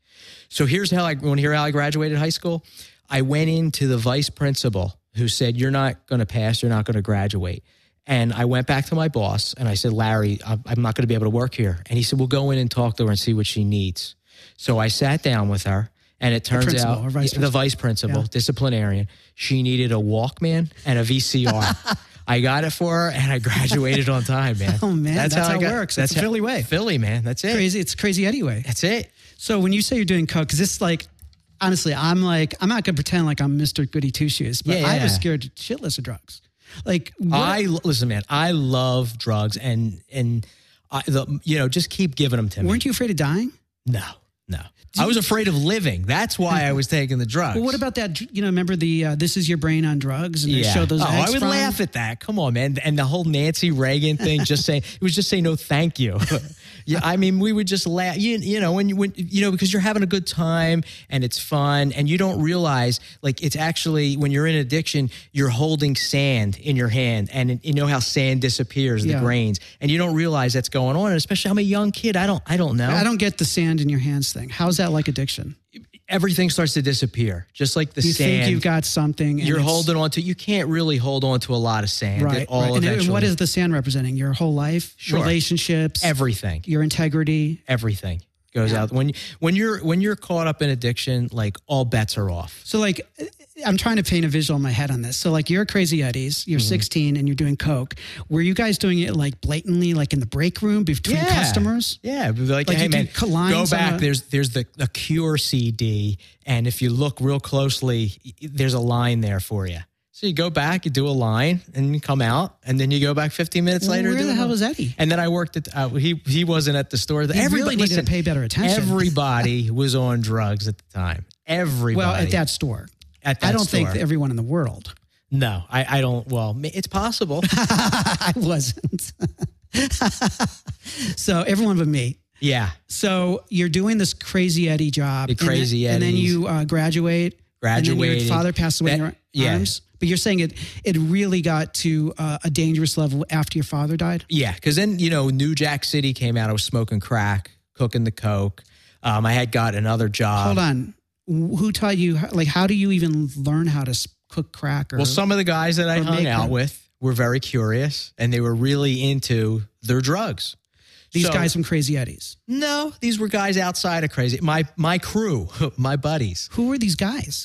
Speaker 2: So here's how I want to hear how I graduated high school. I went into the vice principal who said, "You're not going to pass. You're not going to graduate." And I went back to my boss and I said, "Larry, I'm I'm not going to be able to work here." And he said, "Well, go in and talk to her and see what she needs." So I sat down with her, and it turns
Speaker 1: principal
Speaker 2: out
Speaker 1: or vice
Speaker 2: the vice principal, disciplinarian, she needed a Walkman and a VCR. I got it for her, and I graduated on time, man.
Speaker 1: Oh, man, that's
Speaker 2: I
Speaker 1: how it
Speaker 2: got-
Speaker 1: works. It's the
Speaker 2: how-
Speaker 1: Philly way.
Speaker 2: Philly, man. That's it.
Speaker 1: Crazy. It's crazy anyway.
Speaker 2: That's it.
Speaker 1: So when you say you're doing coke, because this like, honestly, I'm like, I'm not gonna pretend like I'm Mr. Goody Two Shoes, but
Speaker 2: Yeah,
Speaker 1: I was
Speaker 2: yeah.
Speaker 1: scared shitless of drugs. Like, what-
Speaker 2: I listen, man. I love drugs, and and I, the, you know, just keep giving them to me.
Speaker 1: weren't you afraid of dying?
Speaker 2: No, no. I was afraid of living. That's why I was taking the drugs.
Speaker 1: Well, what about that? You know, remember the uh, "This is your brain on drugs" and they show those.
Speaker 2: oh, I
Speaker 1: eggs
Speaker 2: would
Speaker 1: frying?
Speaker 2: laugh at that. Come on, man. And the whole Nancy Reagan thing, just saying it was just saying no, thank you. yeah, I mean, we would just laugh. You, you know, when you when you know because you're having a good time and it's fun, and you don't realize like it's actually when you're in addiction, you're holding sand in your hand, and it- you know how sand disappears,
Speaker 4: Yeah.
Speaker 2: the grains, and you don't realize that's going on. And especially, I'm a young kid. I don't. I don't know.
Speaker 1: I don't get the sand in your hands thing. How's that like addiction?
Speaker 2: Everything starts to disappear, just like the
Speaker 1: You
Speaker 2: sand.
Speaker 1: think you've got something. And
Speaker 2: you're
Speaker 1: it's-
Speaker 2: holding on to. You can't really hold on to a lot of sand.
Speaker 1: right.
Speaker 2: It all
Speaker 1: right. And,
Speaker 2: eventually.
Speaker 1: and what is the sand representing? Your whole life, relationships,
Speaker 2: everything?
Speaker 1: your integrity.
Speaker 2: Everything goes out when when you're when you're caught up in addiction. Like all bets are off.
Speaker 1: So like I'm trying to paint a visual in my head on this. So like you're at crazy Eddie's, you're
Speaker 2: Mm-hmm.
Speaker 1: 16 and you're doing coke. Were you guys doing it like blatantly like in the break room between
Speaker 2: Yeah.
Speaker 1: customers?
Speaker 2: Yeah, be like,
Speaker 1: Like,
Speaker 2: hey
Speaker 1: you do
Speaker 2: man,
Speaker 1: co- lines
Speaker 2: go
Speaker 1: on
Speaker 2: back.
Speaker 1: a-
Speaker 2: there's there's the a cure CD, and if you look real closely, y- there's a line there for you. So you go back, you do a line, and you come out, and then you go back 15 minutes later.
Speaker 1: Where the
Speaker 2: do another-
Speaker 1: hell was Eddie?
Speaker 2: And then I worked at uh, he he wasn't at the store.
Speaker 1: You
Speaker 2: everybody
Speaker 1: really needed
Speaker 2: listen,
Speaker 1: to pay better attention.
Speaker 2: Everybody was on drugs at the time. Everybody.
Speaker 1: well, at that store.
Speaker 2: At that
Speaker 1: I don't think
Speaker 2: store.
Speaker 1: that everyone in the world.
Speaker 2: no, I, I don't. Well, ma- it's possible.
Speaker 1: I wasn't. so everyone but me.
Speaker 2: yeah,
Speaker 1: So you're doing this crazy Eddie job.
Speaker 2: The crazy
Speaker 1: and then, And then
Speaker 2: Eddies.
Speaker 1: you uh, graduate. And then
Speaker 2: Graduated.
Speaker 1: your father passed away in
Speaker 2: That-
Speaker 1: your
Speaker 2: yeah.
Speaker 1: arms. But you're saying it it really got to uh, a dangerous level after your father died?
Speaker 2: yeah. Because then you know, New Jack City came out. I was smoking crack, cooking the coke. Um, I had got another job.
Speaker 1: Hold on. Wh- Who taught you, like, how do you even learn how to s- cook crack or
Speaker 2: Well, some of the guys that I
Speaker 1: or
Speaker 2: hung
Speaker 1: make
Speaker 2: out
Speaker 1: them.
Speaker 2: with were very curious, and they were really into their drugs.
Speaker 1: these
Speaker 2: So-
Speaker 1: guys from Crazy Eddies?
Speaker 2: No, these were guys outside of crazy. My my crew, my buddies.
Speaker 1: Who were these guys?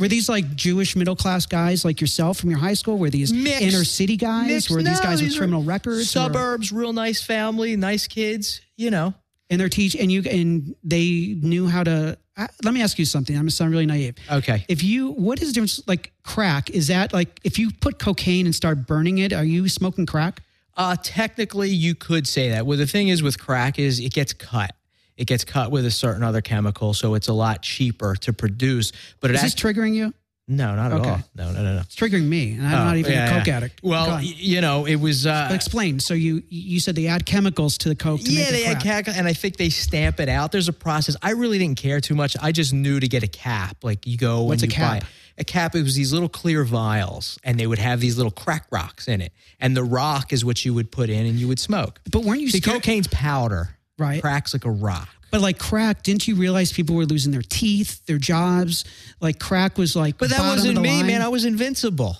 Speaker 1: Were these like Jewish middle class guys like yourself from your high school? Were these
Speaker 2: Mixed.
Speaker 1: inner city guys?
Speaker 2: Mixed-
Speaker 1: were these
Speaker 2: no,
Speaker 1: guys with
Speaker 2: these are
Speaker 1: criminal records? Were-
Speaker 2: Suburbs, real nice family, nice kids. You know,
Speaker 1: and they're teach and you and they knew how to. I, let me ask you something. I'm gonna sound really naive.
Speaker 2: okay.
Speaker 1: If you, what is the difference? Like crack, is that like if you put cocaine and start burning it, are you smoking crack?
Speaker 2: Uh, technically, you could say that. Well, the thing is with crack is it gets cut. It gets cut with a certain other chemical, so it's a lot cheaper to produce. But it
Speaker 1: Is this
Speaker 2: actually,
Speaker 1: triggering you?
Speaker 2: no, not
Speaker 1: Okay.
Speaker 2: at all. No, no, no, no.
Speaker 1: It's triggering me, and I'm not even
Speaker 2: Oh, Yeah,
Speaker 1: a coke
Speaker 2: yeah.
Speaker 1: addict.
Speaker 2: Well,
Speaker 1: Go
Speaker 2: y-
Speaker 1: on.
Speaker 2: you know, it was. Uh,
Speaker 1: explain. So you you said they add chemicals to the coke to
Speaker 2: yeah,
Speaker 1: make it
Speaker 2: they
Speaker 1: crack.
Speaker 2: had cap, and I think they stamp it out. There's a process. I really didn't care too much. I just knew to get a cap. Like you go
Speaker 1: What's
Speaker 2: and
Speaker 1: a
Speaker 2: you buy
Speaker 1: cap?
Speaker 2: a cap. It was these little clear vials, and they would have these little crack rocks in it. And the rock is what you would put in, and you would smoke.
Speaker 1: But weren't you
Speaker 2: See,
Speaker 1: scared?
Speaker 2: cocaine's powder.
Speaker 1: Right.
Speaker 2: Cracks like a rock.
Speaker 1: But like crack, didn't you realize people were losing their teeth, their jobs? Like crack was like.
Speaker 2: But that
Speaker 1: bottom of
Speaker 2: wasn't
Speaker 1: the
Speaker 2: me,
Speaker 1: line.
Speaker 2: man. I was invincible.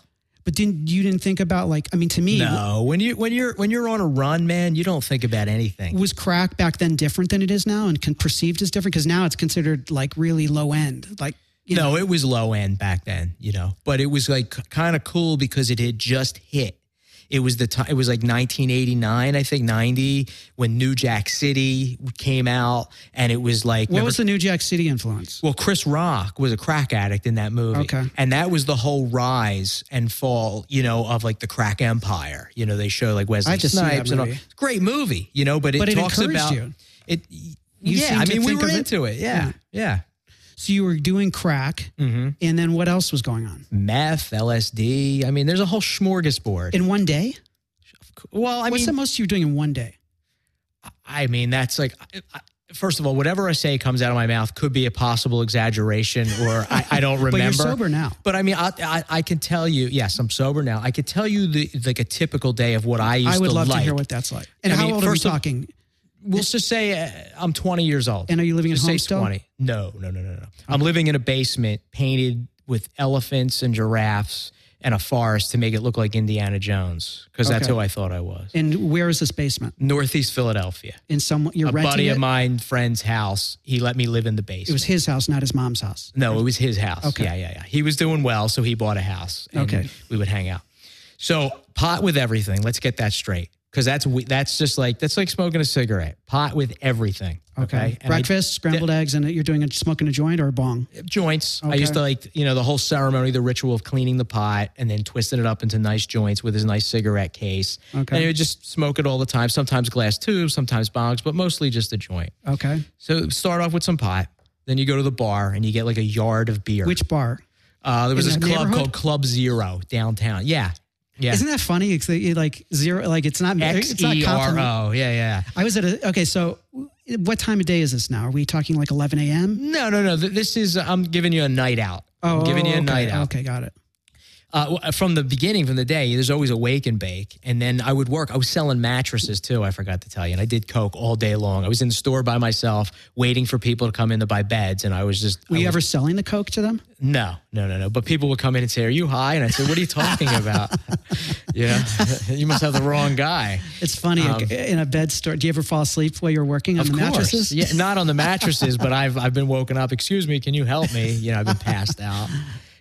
Speaker 1: but didn't you didn't think about like? I mean, to me,
Speaker 2: No, when you when you're when you're on a run, man, you don't think about anything.
Speaker 1: was crack back then different than it is now and con- perceived as different? Because now it's considered like really low end. Like, you
Speaker 2: no, it was low end back then, you know, but it was like kind of cool because it had just hit. It was the time. It was like 1989, I think 90, when New Jack City came out, and it was like
Speaker 1: what
Speaker 2: remember-
Speaker 1: was the New Jack City influence?
Speaker 2: well, Chris Rock was a crack addict in that movie.
Speaker 1: Okay.
Speaker 2: And that was the whole rise and fall, you know, of like the crack empire. You know, they show like Wesley
Speaker 1: I had to see that
Speaker 2: Snipes and all.
Speaker 1: movie.
Speaker 2: Great movie, you know, but it
Speaker 1: But it
Speaker 2: talks
Speaker 1: encouraged
Speaker 2: about
Speaker 1: you.
Speaker 2: it.
Speaker 1: seem
Speaker 2: yeah, I
Speaker 1: to
Speaker 2: mean, we
Speaker 1: think
Speaker 2: were
Speaker 1: of it-
Speaker 2: into it. Yeah, yeah.
Speaker 1: So you were doing crack,
Speaker 2: Mm-hmm.
Speaker 1: and then what else was going on
Speaker 2: Meth, LSD. I mean, there's a whole smorgasbord.
Speaker 1: in one day?
Speaker 2: well, I
Speaker 1: What's
Speaker 2: mean,
Speaker 1: the most you were doing in one day?
Speaker 2: I mean, that's like, I- I- first of all, whatever I say comes out of my mouth could be a possible exaggeration, or I, I don't remember.
Speaker 1: But you're sober now.
Speaker 2: But I mean, I, I I can tell you. Yes, I'm sober now. I could tell you the like a typical day of what I used
Speaker 1: I would
Speaker 2: to
Speaker 1: love
Speaker 2: like.
Speaker 1: to hear what that's like. And
Speaker 2: I
Speaker 1: how
Speaker 2: mean,
Speaker 1: old are we
Speaker 2: first of-
Speaker 1: talking?
Speaker 2: We'll just say uh, I'm 20 years old.
Speaker 1: And are you living at
Speaker 2: just
Speaker 1: home
Speaker 2: say
Speaker 1: still?
Speaker 2: 20. No, no, no, no, no. I'm living in a basement painted with elephants and giraffes and a forest to make it look like Indiana Jones because that's
Speaker 1: Okay.
Speaker 2: who I thought I was.
Speaker 1: And where is this basement?
Speaker 2: Northeast Philadelphia.
Speaker 1: In some you're
Speaker 2: A
Speaker 1: renting
Speaker 2: buddy
Speaker 1: it?
Speaker 2: of mine, friend's house. He let me live in the basement.
Speaker 1: It was his house, not his mom's house.
Speaker 2: No, it was his house. Yeah, yeah, yeah. He was doing well, so he bought a house. And
Speaker 1: Okay.
Speaker 2: We would hang out. So pot with everything. Let's get that straight, because that's we- that's just like that's like smoking a cigarette. Pot with everything. Okay. And I-
Speaker 1: Breakfast, scrambled eggs, and you're doing a, smoking a joint or a bong.
Speaker 2: joints. I
Speaker 1: Okay.
Speaker 2: used to like you know the whole ceremony, the ritual of cleaning the pot and then twisting it up into nice joints with his nice cigarette case.
Speaker 1: Okay.
Speaker 2: And he would just smoke it all the time. Sometimes glass tubes, sometimes bongs, but mostly just a joint.
Speaker 1: Okay.
Speaker 2: So start off with some pot. Then you go to the bar and you get like a yard of beer.
Speaker 1: Which bar?
Speaker 2: Uh, there was
Speaker 1: In
Speaker 2: this
Speaker 1: that
Speaker 2: club
Speaker 1: neighborhood?
Speaker 2: called Club Zero downtown. Yeah. Yeah.
Speaker 1: Isn't that funny? It's like- like zero, like it's not
Speaker 2: X
Speaker 1: it's not
Speaker 2: E R
Speaker 1: compliment.
Speaker 2: O. Yeah, yeah.
Speaker 1: I was at a okay. So, what time of day is this now? Are we talking like 11 a.m.?
Speaker 2: No, no, no. Th- This is I'm giving you a night out. I'm giving you a
Speaker 1: Oh, okay.
Speaker 2: night out.
Speaker 1: Okay, got it.
Speaker 2: Uh, w- from the beginning, from the day, there's always a wake and bake, and then I would work. I was selling mattresses too. I forgot to tell you, and I did coke all day long. I was in the store by myself, waiting for people to come in to buy beds, and I was just.
Speaker 1: Were
Speaker 2: I
Speaker 1: you
Speaker 2: was-
Speaker 1: ever selling the coke to them?
Speaker 2: No, no, no, no. But people would come in and say, "Are you high?" And I said, "What are you talking about?" you know, you must have the wrong guy.
Speaker 1: It's funny
Speaker 2: Um,
Speaker 1: like, in a bed store. Do you ever fall asleep while you're working on the mattresses?
Speaker 2: Yeah, not on the mattresses, but I've I've been woken up. Excuse me, can you help me? You know, I've been passed out.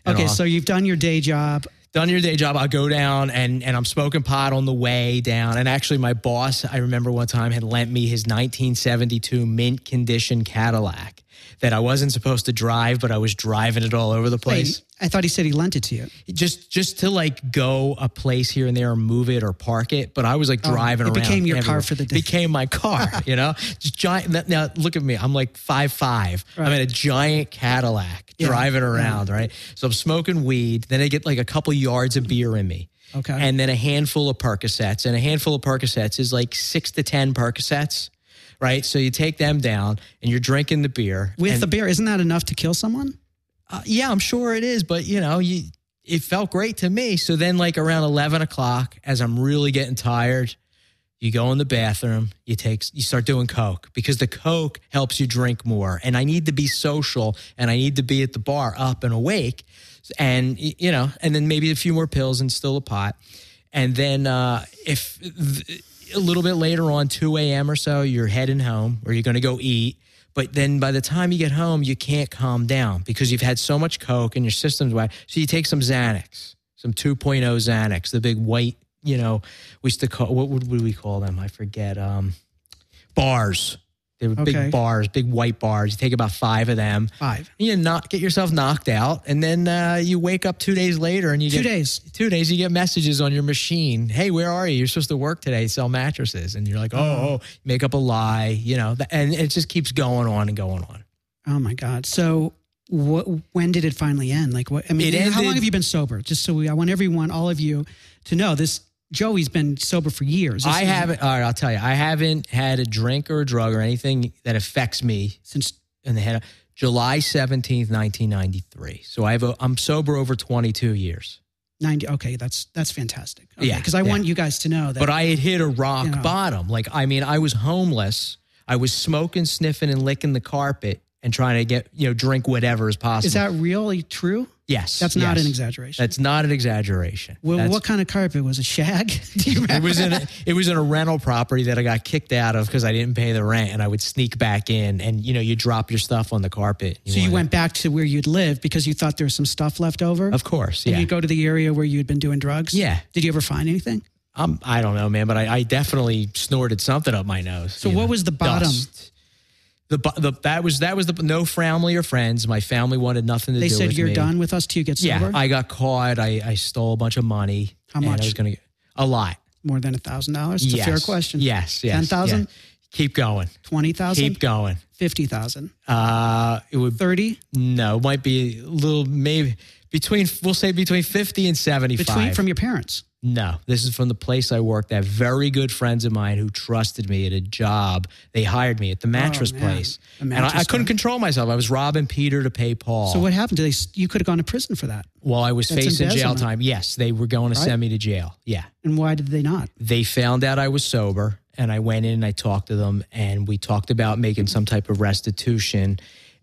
Speaker 2: and
Speaker 1: Okay,
Speaker 2: all.
Speaker 1: so you've done your day job.
Speaker 2: done your day job. I'll go down and and I'm smoking pot on the way down. And actually, my boss, I remember one time had lent me his 1972 mint condition Cadillac that I wasn't supposed to drive, but I was driving it all over the place.
Speaker 1: I thought he said he lent it to you.
Speaker 2: Just just to like go a place here and there and move it or park it. But I was like driving
Speaker 1: Oh, it
Speaker 2: around.
Speaker 1: became your car
Speaker 2: everywhere.
Speaker 1: for the
Speaker 2: It
Speaker 1: day.
Speaker 2: Became my car, you know? Just giant now- now look at me. I'm like five five. I'm in a giant Cadillac driving around, right? So I'm smoking weed. Then I get like a couple yards of beer in me.
Speaker 1: Okay.
Speaker 2: And then a handful of Percocets. And a handful of Percocets is like six to ten Percocets. Right. So you take them down and you're drinking the beer.
Speaker 1: With
Speaker 2: and-
Speaker 1: the beer, isn't that enough to kill someone?
Speaker 2: uh, yeah, I'm sure it is, but you know, you, it felt great to me. So then, like around 11 o'clock, as I'm really getting tired, you go in the bathroom, you take, you start doing Coke because the Coke helps you drink more. And I need to be social and I need to be at the bar up and awake. And, y- you know, and then maybe a few more pills and still a pot. And then, uh, if th- a little bit later on, 2 a.m. or so, you're heading home or you're going to go eat. But then by the time you get home, you can't calm down because you've had so much Coke and your system's wet. So you take some Xanax, some 2.0 Xanax, the big white, you know, we used to call, what would we call them? I forget. Um, bars. They were
Speaker 1: Okay.
Speaker 2: big bars, big white bars. You take about five of them.
Speaker 1: Five.
Speaker 2: You knock, get yourself knocked out. And then uh, you wake up two days later and you
Speaker 1: Two
Speaker 2: get
Speaker 1: days.
Speaker 2: two days you get messages on your machine hey where are you you're supposed to work today sell mattresses and you're like oh, oh. make up a lie you know th- and it just keeps going on and going on
Speaker 1: Oh my God. So what, when did it finally end? Like what, I mean,
Speaker 2: It
Speaker 1: how long
Speaker 2: ended-
Speaker 1: have you been sober? Just so we, I want everyone, all of you to know this, Joey's been sober for years. This
Speaker 2: i
Speaker 1: is
Speaker 2: haven't all right i'll tell you i haven't had a drink or a drug or anything that affects me
Speaker 1: Since,
Speaker 2: in the head july 17th 1993 so i have a, i'm sober over 22 years
Speaker 1: 90. Okay. That's, that's fantastic. Okay,
Speaker 2: Yeah,
Speaker 1: Cause I
Speaker 2: yeah.
Speaker 1: want you guys to know that.
Speaker 2: but i had hit a rock
Speaker 1: You know.
Speaker 2: bottom like i mean i was homeless i was smoking sniffing and licking the carpet and trying to get you know drink whatever is possible
Speaker 1: is that really true?
Speaker 2: yes
Speaker 1: That's not
Speaker 2: yes.
Speaker 1: an exaggeration.
Speaker 2: That's not an exaggeration.
Speaker 1: well,
Speaker 2: That's-
Speaker 1: what kind of carpet was it? Shag? Do you
Speaker 2: it
Speaker 1: remember?
Speaker 2: was in a, it was in a rental property that I got kicked out of because I didn't pay the rent, and I would sneak back in, and you know you drop your stuff on the carpet.
Speaker 1: so you
Speaker 2: wanna-
Speaker 1: went back to where you'd lived because you thought there was some stuff left over.
Speaker 2: of course,
Speaker 1: Did
Speaker 2: yeah.
Speaker 1: you go to the area where you'd been doing drugs?
Speaker 2: Yeah.
Speaker 1: Did you ever find anything?
Speaker 2: I'm, I don't know, man, but I, I definitely snorted something up my nose.
Speaker 1: So what was the bottom?
Speaker 2: The, bo- the that was that was the no family or friends. My family wanted nothing to
Speaker 1: They
Speaker 2: do.
Speaker 1: said
Speaker 2: with
Speaker 1: you're
Speaker 2: me.
Speaker 1: done with us till you get
Speaker 2: Yeah,
Speaker 1: sober.
Speaker 2: I got caught. I, I stole a bunch of money.
Speaker 1: How
Speaker 2: and I
Speaker 1: much?
Speaker 2: was gonna get a lot.
Speaker 1: More than a thousand dollars. It's
Speaker 2: yes.
Speaker 1: a fair question.
Speaker 2: Yes, yes,
Speaker 1: Ten thousand,
Speaker 2: yeah. Keep going.
Speaker 1: twenty thousand,
Speaker 2: Keep going.
Speaker 1: fifty thousand,
Speaker 2: Uh, it would
Speaker 1: thirty.
Speaker 2: no, it might be a little maybe between we'll say between fifty and seventy five.
Speaker 1: Between from your parents.
Speaker 2: no, this is from the place I worked at. Very good friends of mine who trusted me at a job. They hired me at the mattress
Speaker 1: Oh, man.
Speaker 2: place,
Speaker 1: The
Speaker 2: and I, I
Speaker 1: mattress
Speaker 2: couldn't control myself. I was robbing Peter to pay Paul.
Speaker 1: So what happened? Did they? You could have gone to prison for that.
Speaker 2: While I was
Speaker 1: That's
Speaker 2: facing jail
Speaker 1: embezzlement.
Speaker 2: time, yes, they were going to send me to jail. Yeah,
Speaker 1: And why did they not?
Speaker 2: they found out I was sober and I went in and I talked to them and we talked about making some type of restitution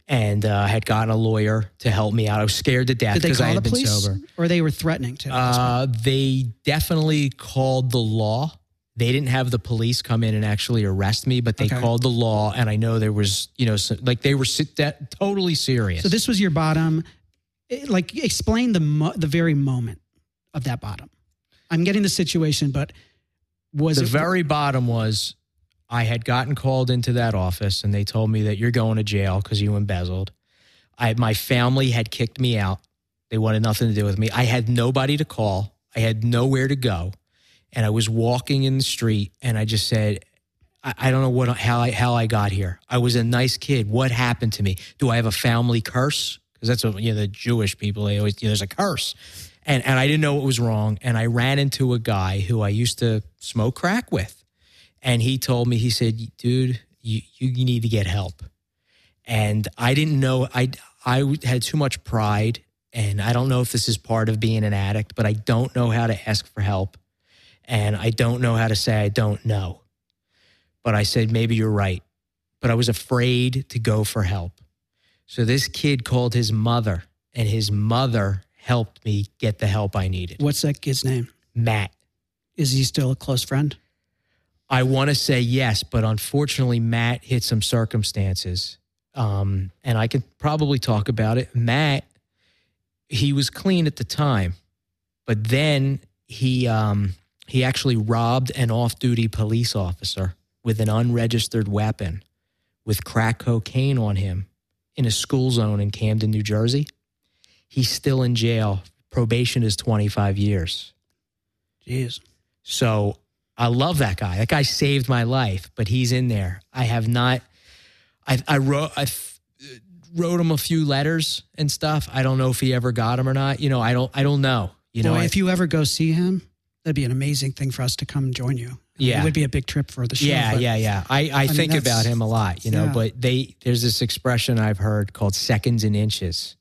Speaker 2: and uh, I had gotten a lawyer to help me out. I was scared to death
Speaker 1: Did they
Speaker 2: because I
Speaker 1: call
Speaker 2: had
Speaker 1: the
Speaker 2: been
Speaker 1: police,
Speaker 2: sober.
Speaker 1: or they were threatening to?
Speaker 2: Uh, they definitely called the law. They didn't have the police come in and actually arrest me, but they
Speaker 1: Okay.
Speaker 2: called the law and I know there was, you know, so, like they were sit that totally serious.
Speaker 1: so this was your bottom. It- like, explain the mo- the very moment of that bottom. I'm getting the situation, but was
Speaker 2: the
Speaker 1: it
Speaker 2: very bottom was I had gotten called into that office and they told me that you're going to jail because you embezzled. I my family had kicked me out. They wanted nothing to do with me. I had nobody to call. I had nowhere to go. And I was walking in the street and I just said, I, I don't know what how I how I got here. I was a nice kid. What happened to me? Do I have a family curse? Because that's what you know, the Jewish people, they always you know, there's a curse. and and I didn't know what was wrong. And I ran into a guy who I used to smoke crack with, and he told me, he said, "Dude, you you need to get help." And I didn't know I I had too much pride, and I don't know if this is part of being an addict, but I don't know how to ask for help, and I don't know how to say I don't know. But I said maybe you're right, but I was afraid to go for help. So this kid called his mother, and his mother helped me get the help I needed.
Speaker 1: What's that kid's name?
Speaker 2: Matt,
Speaker 1: Is he still a close friend?
Speaker 2: I want to say yes, but unfortunately, Matt hit some circumstances, um, and I can probably talk about it. Matt, he was clean at the time, but then he um, he actually robbed an off-duty police officer with an unregistered weapon, with crack cocaine on him, in a school zone in Camden, New Jersey. He's still in jail. Probation is twenty-five years.
Speaker 1: Jeez.
Speaker 2: So I love that guy. That guy saved my life, but he's in there. I have not. I I wrote I f- wrote him a few letters and stuff. I don't know if he ever got them or not. You know, I don't. I don't know. You know,
Speaker 1: Boy,
Speaker 2: I-
Speaker 1: if you ever go see him, that'd be an amazing thing for us to come join you.
Speaker 2: Yeah.
Speaker 1: It would be a big trip for the show.
Speaker 2: yeah,
Speaker 1: but-
Speaker 2: yeah, yeah. I I,
Speaker 1: mean,
Speaker 2: think about
Speaker 1: that's-
Speaker 2: him a lot. You know,
Speaker 1: yeah.
Speaker 2: but they there's this expression I've heard called seconds and inches,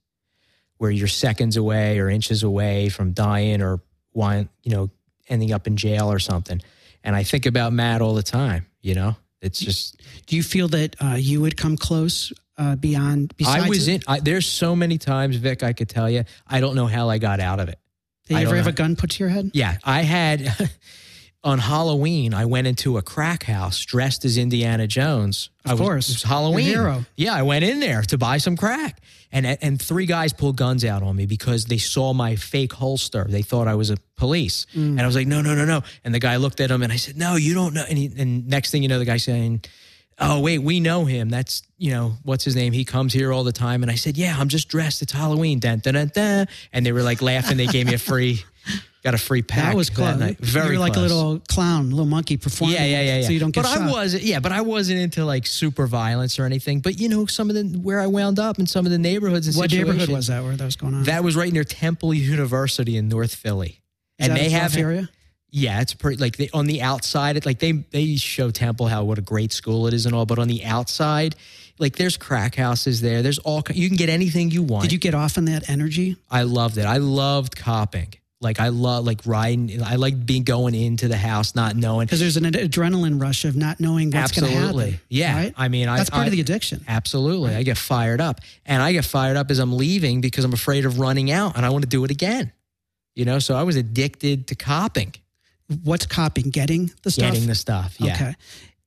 Speaker 2: where you're seconds away or inches away from dying or want you know ending up in jail or something. And I think about Matt all the time. You know, it's just
Speaker 1: Do you feel that uh, you would come close uh, beyond? Besides
Speaker 2: I was in. I, there's so many times, Vic. I could tell you. I don't know how I got out of it.
Speaker 1: Did you
Speaker 2: I
Speaker 1: ever
Speaker 2: don't
Speaker 1: have
Speaker 2: know.
Speaker 1: a gun put to your head?
Speaker 2: Yeah, I had on Halloween. I went into a crack house dressed as Indiana Jones.
Speaker 1: Of
Speaker 2: I was-
Speaker 1: course.
Speaker 2: it was Halloween.
Speaker 1: Your hero.
Speaker 2: Yeah, I went in there to buy some crack, and and three guys pulled guns out on me because they saw my fake holster. They thought I was a police,
Speaker 1: Mm.
Speaker 2: and I was like, no, no, no, no. And the guy looked at him, and I said, no, you don't know. And, he, and next thing you know, the guy saying. Oh wait, we know him. That's you know what's his name. He comes here all the time. And I said, yeah, I'm just dressed. It's Halloween. Dun, dun, dun, dun. And they were like laughing. They gave me a free, got a free pack.
Speaker 1: That was close.
Speaker 2: night. Very
Speaker 1: You're like a
Speaker 2: close.
Speaker 1: little clown, little monkey performing.
Speaker 2: Yeah, yeah, yeah, yeah.
Speaker 1: So you don't get
Speaker 2: But
Speaker 1: shot.
Speaker 2: I wasn't. Yeah, but I wasn't into like super violence or anything. But you know, some of the where I wound up in some of the neighborhoods and
Speaker 1: What neighborhood
Speaker 2: situations-
Speaker 1: was that where that was going on?
Speaker 2: That was right near Temple University in North Philly,
Speaker 1: Is
Speaker 2: and
Speaker 1: that
Speaker 2: they
Speaker 1: a rough
Speaker 2: have
Speaker 1: area.
Speaker 2: yeah, it's pretty like they, on the outside. It, like they they show Temple how what a great school it is and all, but on the outside, like there's crack houses there. There's all ki- you can get anything you want.
Speaker 1: Did you get off on that energy?
Speaker 2: I loved it. I loved copping. Like I love like riding. I like being going into the house not knowing.
Speaker 1: Because there's an ad- adrenaline rush of not knowing what's going to happen.
Speaker 2: Absolutely. Yeah.
Speaker 1: right?
Speaker 2: I mean, I-
Speaker 1: that's part
Speaker 2: I-
Speaker 1: of the addiction.
Speaker 2: Absolutely. I get fired up. And I get fired up as I'm leaving because I'm afraid of running out and I want to do it again. You know, so I was addicted to copping,
Speaker 1: What's copying? Getting the stuff.
Speaker 2: getting the stuff. Yeah.
Speaker 1: Okay.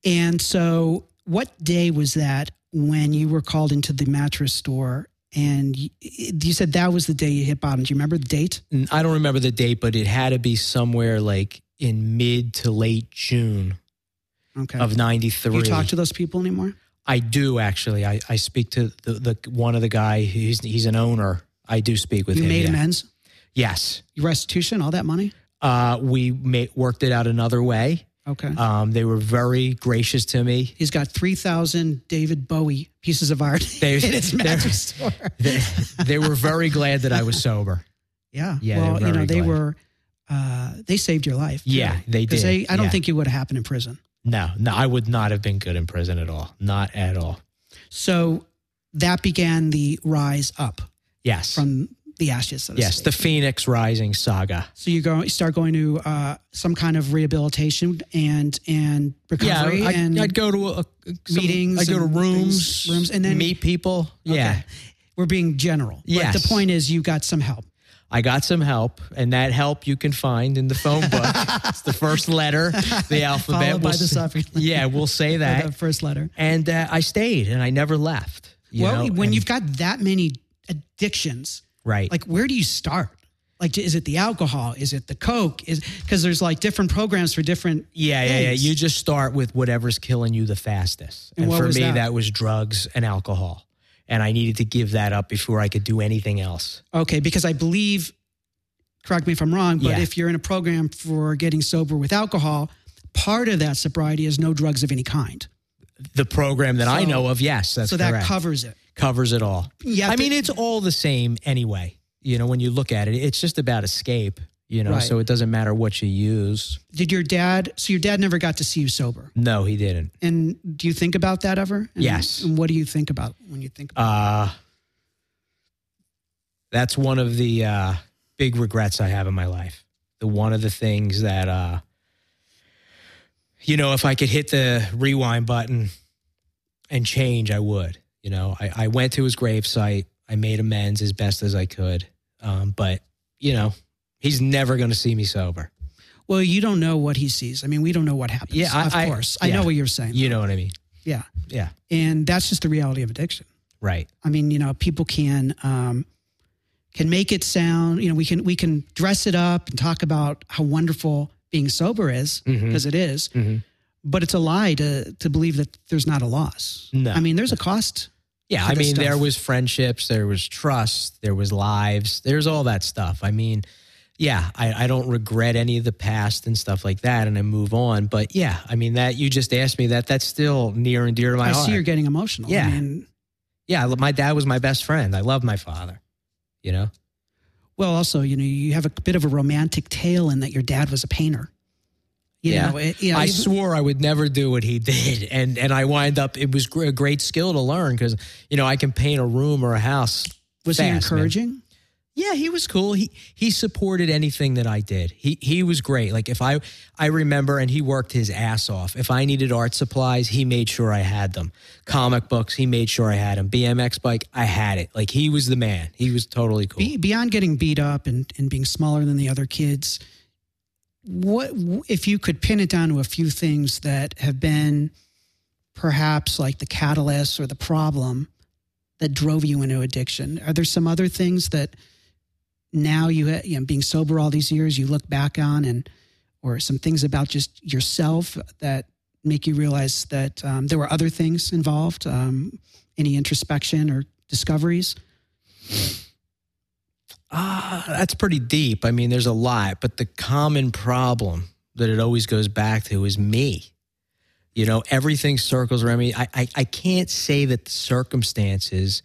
Speaker 1: And so, what day was that when you were called into the mattress store? And you, you said that was the day you hit bottom. Do you remember the date?
Speaker 2: And I don't remember the date, but it had to be somewhere like in mid to late June
Speaker 1: Okay.
Speaker 2: of 93.
Speaker 1: Do you talk to those people anymore?
Speaker 2: I do actually. I, I speak to the, the one of the guy who's he's an owner. I do speak with
Speaker 1: you
Speaker 2: him.
Speaker 1: made
Speaker 2: yeah.
Speaker 1: amends.
Speaker 2: Yes.
Speaker 1: You restitution, all that money.
Speaker 2: Uh, we ma- worked it out another way.
Speaker 1: Okay.
Speaker 2: Um, they were very gracious to me.
Speaker 1: He's got 3,000 David Bowie pieces of art
Speaker 2: They-
Speaker 1: in his
Speaker 2: they're-
Speaker 1: mattress store.
Speaker 2: they, they were very glad that I was sober.
Speaker 1: yeah.
Speaker 2: Yeah,
Speaker 1: Well, you
Speaker 2: they're
Speaker 1: know,
Speaker 2: very
Speaker 1: they
Speaker 2: glad.
Speaker 1: were, uh, they saved your life. too.
Speaker 2: Yeah, they
Speaker 1: 'Cause
Speaker 2: did.
Speaker 1: They, I don't
Speaker 2: Yeah.
Speaker 1: think it would have happened in prison.
Speaker 2: No, no, I would not have been good in prison at all. Not at all.
Speaker 1: So that began the rise up
Speaker 2: Yes.
Speaker 1: from the ashes. So to
Speaker 2: yes.
Speaker 1: speak.
Speaker 2: The Phoenix Rising saga.
Speaker 1: so you go, you start going to uh, some kind of rehabilitation and and recovery
Speaker 2: I,
Speaker 1: and
Speaker 2: I'd go to a, some-
Speaker 1: meetings
Speaker 2: I'd go to
Speaker 1: and
Speaker 2: rooms,
Speaker 1: things- rooms, and then-
Speaker 2: meet people. Yeah.
Speaker 1: Okay. We're being general. But
Speaker 2: Yes.
Speaker 1: the point is, you got some help.
Speaker 2: I got some help, and that help you can find in the phone book. it's the first letter, the alphabet.
Speaker 1: Followed by
Speaker 2: We'll
Speaker 1: the
Speaker 2: s-
Speaker 1: suffix.
Speaker 2: Yeah, we'll say
Speaker 1: for
Speaker 2: that.
Speaker 1: the first letter.
Speaker 2: and uh, I stayed, and I never left. you
Speaker 1: well,
Speaker 2: know,
Speaker 1: when
Speaker 2: and-
Speaker 1: you've got that many addictions,
Speaker 2: right,
Speaker 1: like where do you start? Like, is it the alcohol? Is it the coke? Is because there's like different programs for different.
Speaker 2: Yeah, yeah, yeah.
Speaker 1: things.
Speaker 2: You just start with whatever's killing you the fastest.
Speaker 1: And
Speaker 2: And,
Speaker 1: what
Speaker 2: for
Speaker 1: was
Speaker 2: me,
Speaker 1: that?
Speaker 2: that? was drugs and alcohol. And I needed to give that up before I could do anything else.
Speaker 1: Okay, because I believe, correct me if I'm wrong, but
Speaker 2: Yeah.
Speaker 1: if you're in a program for getting sober with alcohol, part of that sobriety is no drugs of any kind.
Speaker 2: The program that I
Speaker 1: So-
Speaker 2: know of, yes, that's
Speaker 1: so that
Speaker 2: correct.
Speaker 1: covers it.
Speaker 2: covers it all.
Speaker 1: Yeah,
Speaker 2: I
Speaker 1: the-
Speaker 2: mean, it's all the same anyway. You know, when you look at it, it's just about escape. You know,
Speaker 1: Right.
Speaker 2: so it doesn't matter what you use.
Speaker 1: Did your dad? So your dad never got to see you sober.
Speaker 2: No, he didn't.
Speaker 1: And do you think about that ever? And-
Speaker 2: Yes.
Speaker 1: And what do you think about when you think about?
Speaker 2: Uh, that's one of the uh, big regrets I have in my life. The one of the things that, uh, you know, if I could hit the rewind button and change, I would. You know, I, I went to his gravesite. I made amends as best as I could. Um, but, you know, he's never going to see me sober.
Speaker 1: Well, you don't know what he sees. I mean, we don't know what happens.
Speaker 2: Yeah, I-
Speaker 1: of
Speaker 2: I-
Speaker 1: course. I
Speaker 2: yeah.
Speaker 1: know what you're saying.
Speaker 2: You know what I mean?
Speaker 1: Yeah.
Speaker 2: Yeah.
Speaker 1: And that's just the reality of addiction.
Speaker 2: Right.
Speaker 1: I mean, you know, people can um, can make it sound. You know, we can we can dress it up and talk about how wonderful being sober is
Speaker 2: Mhm.
Speaker 1: because it is,
Speaker 2: Mhm.
Speaker 1: but it's a lie to to believe that there's not a loss.
Speaker 2: No.
Speaker 1: I mean, there's a cost.
Speaker 2: Yeah,
Speaker 1: to
Speaker 2: I
Speaker 1: this
Speaker 2: mean, there
Speaker 1: stuff.
Speaker 2: was friendships, there was trust, there was lives, there's all that stuff. I mean, yeah, I, I don't regret any of the past and stuff like that, and I move on. But yeah, I mean, that you just asked me that, that's still near and dear to my
Speaker 1: I
Speaker 2: heart.
Speaker 1: see you're getting emotional.
Speaker 2: Yeah.
Speaker 1: I mean,
Speaker 2: yeah, I lo- my dad was my best friend. I love my father. You know,
Speaker 1: well, also, you know, you have a bit of a romantic tale in that your dad was a painter. You
Speaker 2: Yeah.
Speaker 1: know, it, you know,
Speaker 2: I
Speaker 1: even-
Speaker 2: swore I would never do what he did, and and I wind up. It was gr- a great skill to learn because you know I can paint a room or a house.
Speaker 1: was he
Speaker 2: fast, man.
Speaker 1: encouraging?
Speaker 2: Yeah, he was cool. He he supported anything that I did. He he was great. Like if I I remember and he worked his ass off. If I needed art supplies, he made sure I had them. Comic books, he made sure I had them. BMX bike, I had it. Like he was the man. He was totally cool.
Speaker 1: Be, beyond getting beat up and, and being smaller than the other kids, what if you could pin it down to a few things that have been perhaps like the catalyst or the problem that drove you into addiction? Are there some other things that now you, ha- you know, being sober all these years, you look back on and, or some things about just yourself that make you realize that um, there were other things involved? Um, any introspection or discoveries?
Speaker 2: Ah, that's pretty deep. I mean, there's a lot, but the common problem that it always goes back to is me. You know, everything circles around me. I, I, I can't say that the circumstances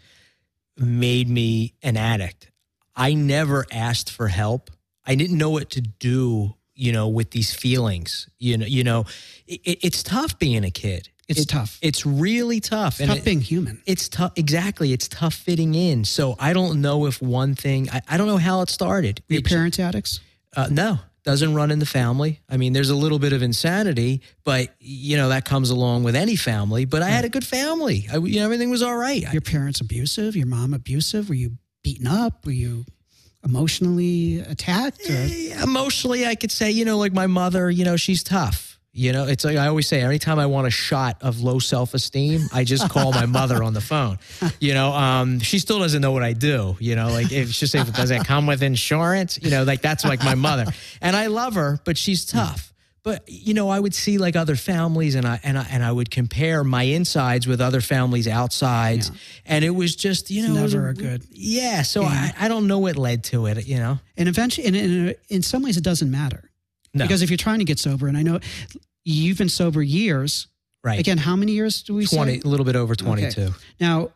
Speaker 2: made me an addict. I never asked for help. I didn't know what to do, you know, with these feelings. You know, you know, it, it- it's tough being a kid.
Speaker 1: It's
Speaker 2: It-
Speaker 1: tough.
Speaker 2: It's really tough.
Speaker 1: tough
Speaker 2: it-
Speaker 1: being human.
Speaker 2: it's tough exactly it's tough fitting in so i don't know if one thing i, I don't know how it started
Speaker 1: Were your
Speaker 2: It-
Speaker 1: parents addicts?
Speaker 2: uh, no doesn't run in the family i mean there's a little bit of insanity but you know that comes along with any family but i had a good family I, you know, everything was all right I-
Speaker 1: Your parents abusive? Your mom abusive? Were you beaten up? Were you emotionally attacked? Or,
Speaker 2: Eh, emotionally i could say you know like my mother you know she's tough you know it's like i always say anytime i want a shot of low self-esteem i just call my mother on the phone you know um, she still doesn't know what i do you know like if she says does that come with insurance you know like that's like my mother and i love her but she's
Speaker 1: Hmm.
Speaker 2: tough but you know i would see like other families and i and i, and I would compare my insides with other families outsides and it was just you know it was
Speaker 1: never a good-
Speaker 2: yeah so I, I don't know what led to it you know
Speaker 1: and eventually, and in, in some ways, it doesn't matter.
Speaker 2: No.
Speaker 1: Because if you're trying to get sober, and I know you've been sober years.
Speaker 2: right
Speaker 1: Again, how many years do we
Speaker 2: 20
Speaker 1: say?
Speaker 2: a little bit over 22
Speaker 1: Now,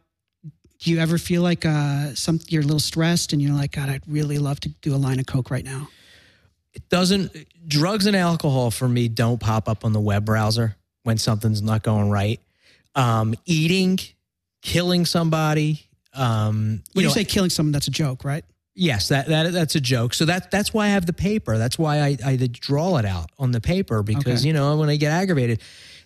Speaker 1: do you ever feel like uh, some you're a little stressed and you're like, God, I'd really love to do a line of coke right now?
Speaker 2: it doesn't drugs and alcohol for me don't pop up on the web browser when something's not going right um eating killing somebody um
Speaker 1: When you,
Speaker 2: know,
Speaker 1: say killing someone, that's a joke, right?
Speaker 2: Yes, that, that that's a joke. So that that's why I have the paper. That's why I, I draw it out on the paper because
Speaker 1: Okay.
Speaker 2: you know when I get aggravated.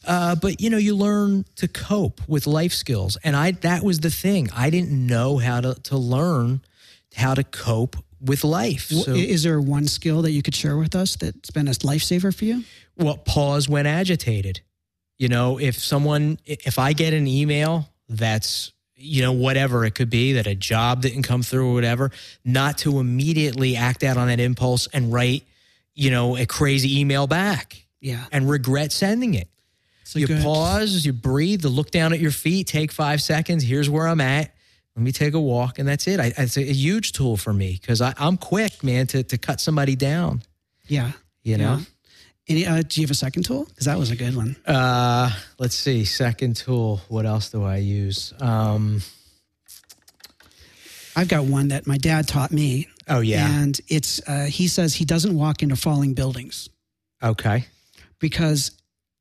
Speaker 2: Uh, but you know you learn to cope with life skills, and I that was the thing. I didn't know how to to learn how to cope with life.
Speaker 1: Wh-
Speaker 2: So,
Speaker 1: Is there one skill that you could share with us that's been a lifesaver for you?
Speaker 2: well, pause when agitated. You know, if someone if I get an email that's you know whatever it could be that a job didn't come through or whatever, not to immediately act out on that impulse and write you know a crazy email back
Speaker 1: Yeah.
Speaker 2: and regret sending it.
Speaker 1: It's a
Speaker 2: You
Speaker 1: good-
Speaker 2: pause, you breathe, you look down at your feet, take five seconds. Here's where I'm at. Let me take a walk, and that's it. I, it's a, huge tool for me because I'm quick, man, to to cut somebody down.
Speaker 1: Yeah.
Speaker 2: You know.
Speaker 1: Yeah. Any, uh, do you have a second tool? Because that was a good one.
Speaker 2: Uh, let's see. Second tool. What else do I use? Um,
Speaker 1: I've got one that my dad taught me,
Speaker 2: Oh yeah.
Speaker 1: and it's uh, he says he doesn't walk into falling buildings
Speaker 2: okay.
Speaker 1: because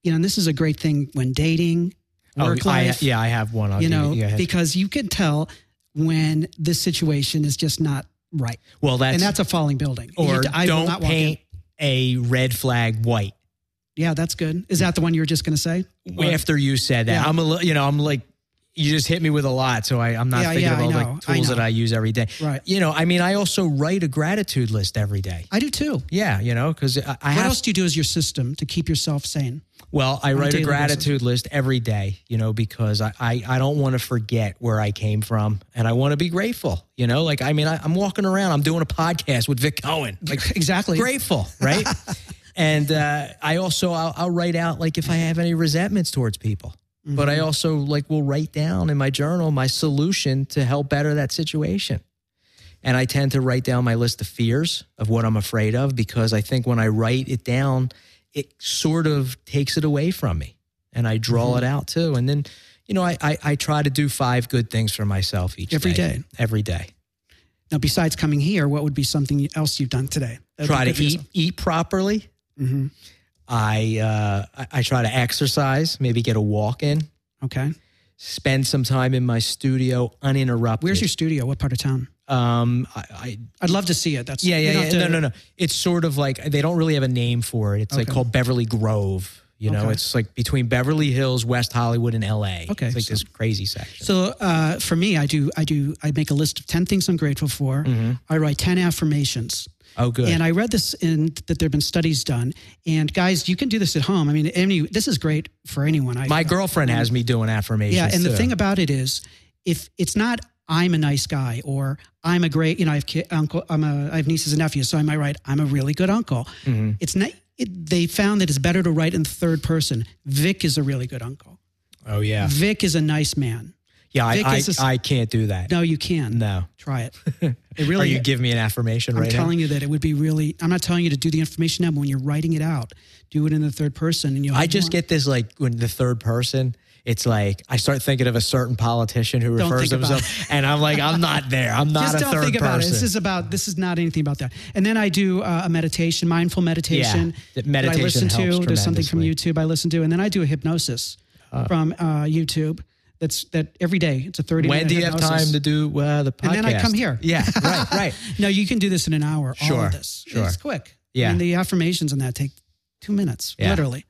Speaker 1: you know and this is a great thing when dating, work
Speaker 2: oh,
Speaker 1: life,
Speaker 2: I, yeah, I have one. I'll
Speaker 1: you
Speaker 2: give
Speaker 1: know,
Speaker 2: go ahead.
Speaker 1: because you can tell when the situation is just not right,
Speaker 2: well, that's,
Speaker 1: and that's a falling building. You
Speaker 2: or
Speaker 1: have to- I will
Speaker 2: don't
Speaker 1: not walk in.
Speaker 2: paint a red flag white.
Speaker 1: Yeah, that's good. Is that the one you were just going to say? Or-
Speaker 2: After you said that,
Speaker 1: Yeah.
Speaker 2: I'm a little, you know, I'm like, you just hit me with a lot. So I, I'm not
Speaker 1: Yeah,
Speaker 2: thinking
Speaker 1: yeah, I
Speaker 2: about
Speaker 1: know,
Speaker 2: like
Speaker 1: I
Speaker 2: tools
Speaker 1: know.
Speaker 2: that I use every day.
Speaker 1: Right.
Speaker 2: You know, I mean, I also write a gratitude list every day.
Speaker 1: I do too.
Speaker 2: Yeah, you know, because I, I
Speaker 1: What
Speaker 2: have
Speaker 1: else do you do as your system to keep yourself sane?
Speaker 2: Well, I
Speaker 1: a
Speaker 2: write a
Speaker 1: daily
Speaker 2: gratitude list every day, you know, because I, I, I don't want to forget where I came from and I want to be grateful, you know, like, I mean, I, I'm walking around, I'm doing a podcast with Vic Cohen, like
Speaker 1: Exactly.
Speaker 2: grateful, right? and uh, I also, I'll, I'll write out like if I have any resentments towards people,
Speaker 1: Mm-hmm.
Speaker 2: but I also like will write down in my journal, my solution to help better that situation. And I tend to write down my list of fears of what I'm afraid of because I think when I write it down, it sort of takes it away from me and I draw
Speaker 1: Mm-hmm.
Speaker 2: it out too. And then, you know, I, I, I try to do five good things for myself each
Speaker 1: Every
Speaker 2: day,
Speaker 1: day.
Speaker 2: Every day.
Speaker 1: Now, besides coming here, what would be something else you've done today? That'd
Speaker 2: Try
Speaker 1: be
Speaker 2: to
Speaker 1: good for
Speaker 2: eat,
Speaker 1: yourself.
Speaker 2: eat properly. Mm-hmm.
Speaker 1: Mhm.
Speaker 2: I, uh, I, I try to exercise, maybe get a walk in,
Speaker 1: Okay.
Speaker 2: spend some time in my studio uninterrupted.
Speaker 1: Where's your studio? What part of town?
Speaker 2: um, I, I
Speaker 1: I'd love to see it. That's
Speaker 2: Yeah,
Speaker 1: you
Speaker 2: yeah,
Speaker 1: don't
Speaker 2: yeah.
Speaker 1: have
Speaker 2: No,
Speaker 1: to-
Speaker 2: no, no. It's sort of like they don't really have a name for it. It's like
Speaker 1: Okay.
Speaker 2: called Beverly Grove. You know,
Speaker 1: Okay.
Speaker 2: it's like between Beverly Hills, West Hollywood, and LA.
Speaker 1: Okay,
Speaker 2: It's like
Speaker 1: so-
Speaker 2: this crazy section.
Speaker 1: So uh, for me, I do, I do, I make a list of ten things I'm grateful for. I write ten affirmations.
Speaker 2: oh, good.
Speaker 1: And I read this in that there have been studies done. And guys, you can do this at home. I mean, any this is great for anyone. I
Speaker 2: My girlfriend has me doing affirmations.
Speaker 1: yeah. And the
Speaker 2: too.
Speaker 1: thing about it is, if it's not I'm a nice guy or I'm a great, you know, I have ki uncle, I'm a, I have nieces and nephews, so I might write I'm a really good uncle.
Speaker 2: Mm-hmm.
Speaker 1: It's not. It, they found that it's better to write in third person. Vic is a really good uncle.
Speaker 2: oh yeah,
Speaker 1: Vic is a nice man.
Speaker 2: yeah. I,
Speaker 1: Vic
Speaker 2: I,
Speaker 1: is a s-
Speaker 2: I can't do that.
Speaker 1: No, you can.
Speaker 2: No.
Speaker 1: Try it. It
Speaker 2: Are
Speaker 1: really.
Speaker 2: you give me an affirmation
Speaker 1: I'm
Speaker 2: right now?
Speaker 1: telling you that it would be really. I'm not telling you to do the information now, but when you're writing it out, do it in the third person, and you'll.
Speaker 2: I
Speaker 1: have
Speaker 2: just
Speaker 1: more.
Speaker 2: get this like when the third person. It's like I start thinking of a certain politician who refers
Speaker 1: think about
Speaker 2: himself, and I'm like, I'm not there. I'm not
Speaker 1: Just
Speaker 2: a
Speaker 1: don't
Speaker 2: third
Speaker 1: think
Speaker 2: person.
Speaker 1: about it. This is about. This is not anything about that. And then I do uh, a meditation, mindful meditation.
Speaker 2: that
Speaker 1: that I
Speaker 2: meditation
Speaker 1: listen
Speaker 2: helps
Speaker 1: to. There's something from
Speaker 2: tremendously.
Speaker 1: YouTube I listen to, and then I do a hypnosis from uh, YouTube. That's that every day. It's a thirty.
Speaker 2: when
Speaker 1: minute
Speaker 2: do you have
Speaker 1: hypnosis.
Speaker 2: time to do uh, the podcast?
Speaker 1: And then I come here.
Speaker 2: Yeah, right, right.
Speaker 1: No, you can do this in an hour. all
Speaker 2: Sure,
Speaker 1: of this.
Speaker 2: sure.
Speaker 1: It's quick.
Speaker 2: Yeah.
Speaker 1: And the affirmations on that take two minutes,
Speaker 2: Yeah.
Speaker 1: literally.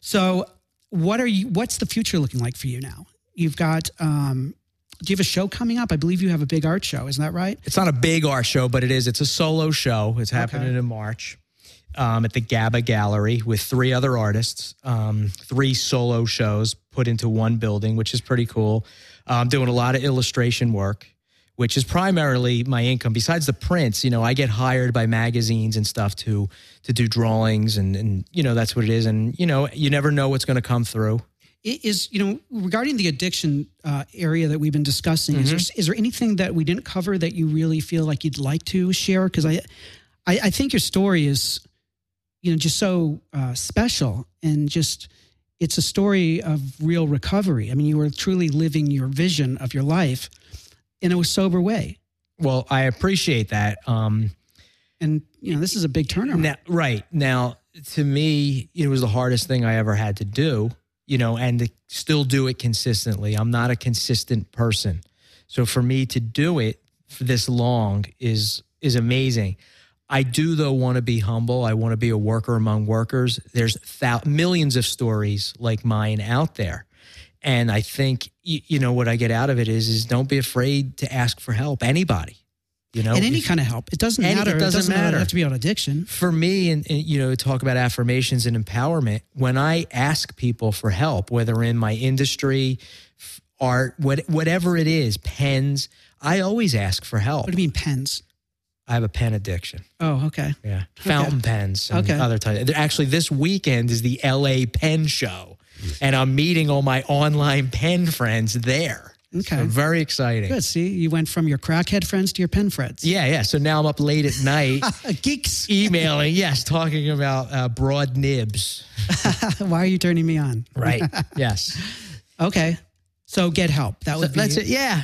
Speaker 1: So, what are you? What's the future looking like for you now? You've got. um Do you have a show coming up? I believe you have a big art show. Isn't that right?
Speaker 2: It's not a big art show, but it is. It's a solo show. It's happening in March um, at the GABA Gallery with three other artists, um, three solo shows put into one building, which is pretty cool. I'm doing a lot of illustration work, which is primarily my income. Besides the prints, you know, I get hired by magazines and stuff to to do drawings, and and you know that's what it is. And you know, you never know what's going to come through.
Speaker 1: It Is you know regarding the addiction uh, area that we've been discussing? Is
Speaker 2: Mm-hmm.
Speaker 1: there is there anything that we didn't cover that you really feel like you'd like to share? Because I, I, I think your story is, you know, just so uh, special and just it's a story of real recovery. I mean, you were truly living your vision of your life in a sober way,
Speaker 2: Well, I appreciate that. Um,
Speaker 1: and you know this is a big turnaround.
Speaker 2: Now, right now, to me, it was the hardest thing I ever had to do. You know, and to still do it consistently. I'm not a consistent person, so for me to do it for this long is is amazing. I do though want to be humble. I want to be a worker among workers. There's thou- millions of stories like mine out there. And I think y- you know what I get out of it is is don't be afraid to ask for help anybody. You know,
Speaker 1: and any
Speaker 2: If-
Speaker 1: kind of help, it doesn't
Speaker 2: Any- it
Speaker 1: matter.
Speaker 2: doesn't matter.
Speaker 1: have to be on addiction.
Speaker 2: for me and, and, you know talk about affirmations and empowerment when i ask people for help whether in my industry f- art what, whatever it is pens i always ask for help
Speaker 1: What do you mean pens?
Speaker 2: i have a pen addiction
Speaker 1: Oh, okay.
Speaker 2: yeah fountain pens and
Speaker 1: Okay.
Speaker 2: other types actually this weekend is the la pen show and i'm meeting all my online pen friends there
Speaker 1: Okay.
Speaker 2: so very exciting
Speaker 1: Good. See, you went from your crackhead friends to your pen friends.
Speaker 2: yeah yeah so now i'm up late at night
Speaker 1: Uh, geeks.
Speaker 2: emailing yes talking about uh, broad nibs
Speaker 1: Why are you turning me on?
Speaker 2: Right. yes.
Speaker 1: Okay. So get help. That would be
Speaker 2: That's it. Yeah.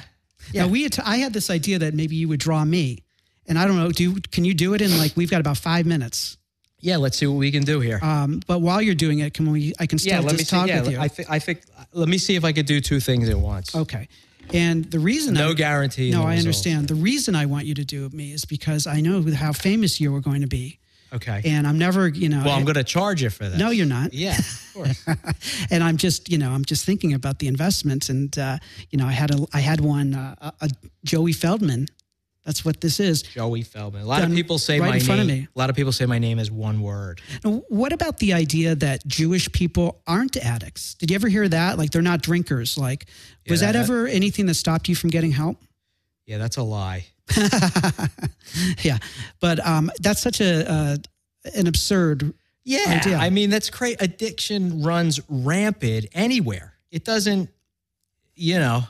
Speaker 1: Now we had t- I had this idea that maybe you would draw me, and I don't know. Do can you do it in like we've got about five minutes?
Speaker 2: Yeah, let's see what we can do here.
Speaker 1: Um, but while you're doing it, can we? I can still
Speaker 2: yeah,
Speaker 1: just
Speaker 2: let me see.
Speaker 1: talk
Speaker 2: yeah,
Speaker 1: with you. Oh,
Speaker 2: I, thi- I think. uh, Let me see if I could do two things at once.
Speaker 1: okay. And the reason
Speaker 2: No
Speaker 1: I,
Speaker 2: guarantee.
Speaker 1: No,
Speaker 2: in the
Speaker 1: I
Speaker 2: result.
Speaker 1: understand. The reason I want you to do me is because I know how famous you are going to be,
Speaker 2: Okay.
Speaker 1: and I'm never, you know.
Speaker 2: well, I'm going to charge you for that.
Speaker 1: no, you're not.
Speaker 2: Yeah, of course.
Speaker 1: and I'm just, you know, I'm just thinking about the investments, and uh, you know, I had a, I had one, uh, a, a Joey Feldman. That's what this is.
Speaker 2: Joey Feldman. A lot
Speaker 1: Done
Speaker 2: of people say
Speaker 1: right
Speaker 2: my
Speaker 1: in front of
Speaker 2: name.
Speaker 1: me.
Speaker 2: A lot of people say my name is one word.
Speaker 1: Now, what about the idea that Jewish people aren't addicts? Did you ever hear that? Like they're not drinkers. Like, was
Speaker 2: Yeah,
Speaker 1: that
Speaker 2: that-
Speaker 1: ever anything that stopped you from getting help?
Speaker 2: Yeah, that's a lie.
Speaker 1: yeah, but um, that's such a uh, an absurd.
Speaker 2: Yeah,
Speaker 1: idea.
Speaker 2: I mean that's great. Addiction runs rampant anywhere. It doesn't, you know,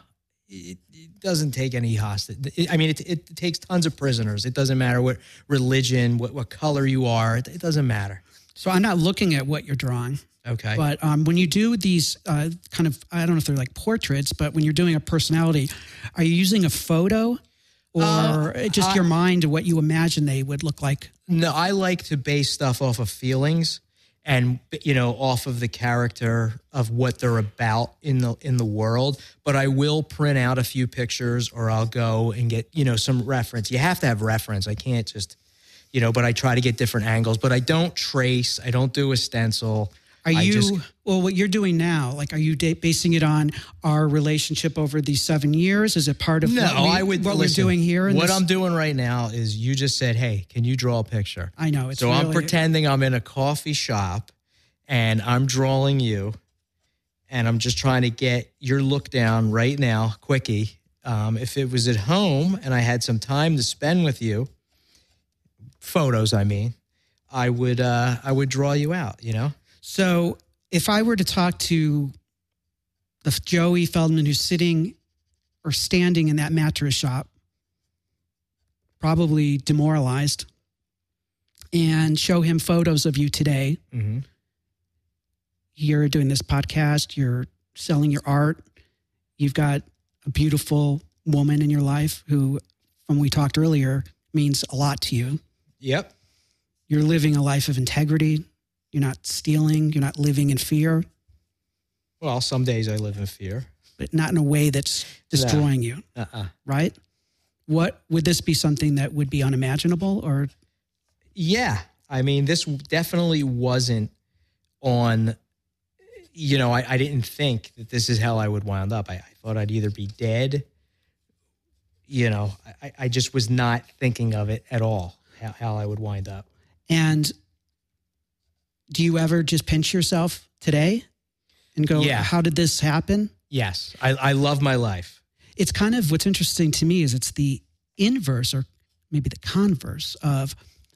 Speaker 2: it, it doesn't take any hostage. It- I mean, it, it takes tons of prisoners. It doesn't matter what religion, what, what color you are. It, it doesn't matter.
Speaker 1: So I'm not looking at what you're drawing,
Speaker 2: Okay.
Speaker 1: but um, when you do these uh, kind of, I don't know if they're like portraits, but when you're doing a personality, are you using a photo or
Speaker 2: Uh,
Speaker 1: just
Speaker 2: I-
Speaker 1: your mind to what you imagine they would look like?
Speaker 2: no, I like to base stuff off of feelings and you know off of the character of what they're about in the in the world but i will print out a few pictures or i'll go and get you know some reference you have to have reference i can't just you know but i try to get different angles but i don't trace i don't do a stencil
Speaker 1: Are
Speaker 2: I
Speaker 1: you
Speaker 2: just-
Speaker 1: well? What you're doing now, like, are you da- basing it on our relationship over these seven years? Is it part of
Speaker 2: no
Speaker 1: what, we,
Speaker 2: i would
Speaker 1: what
Speaker 2: listen,
Speaker 1: we're doing here? in
Speaker 2: what
Speaker 1: this-
Speaker 2: i'm doing right now is you just said hey can you draw a picture
Speaker 1: I know it's
Speaker 2: so I'm
Speaker 1: really-
Speaker 2: pretending I'm in a coffee shop and I'm drawing you and I'm just trying to get your look down right now, quickie. Um, if it was at home and I had some time to spend with you, photos, I mean, I would uh, I would draw you out, you know?
Speaker 1: So if I were to talk to the f- Joey Feldman who's sitting or standing in that mattress shop, probably demoralized, and show him photos of you today,
Speaker 2: Mm-hmm.
Speaker 1: you're doing this podcast, you're selling your art, you've got a beautiful woman in your life who, when we talked earlier, means a lot to you.
Speaker 2: Yep.
Speaker 1: You're living a life of integrity. You're not stealing. You're not living in fear.
Speaker 2: Well, some days I live in fear.
Speaker 1: but not in a way that's destroying you,
Speaker 2: Uh-uh.
Speaker 1: right? What would this be something that would be unimaginable or
Speaker 2: Yeah. I mean, this definitely wasn't on, you know, I, I didn't think that this is how I would wind up. I, I thought I'd either be dead, you know, I, I just was not thinking of it at all, how, how I would wind up.
Speaker 1: and do you ever just pinch yourself today and go,
Speaker 2: Yeah.
Speaker 1: how did this happen?
Speaker 2: Yes. I, I love my life.
Speaker 1: It's kind of what's interesting to me is it's the inverse or maybe the converse of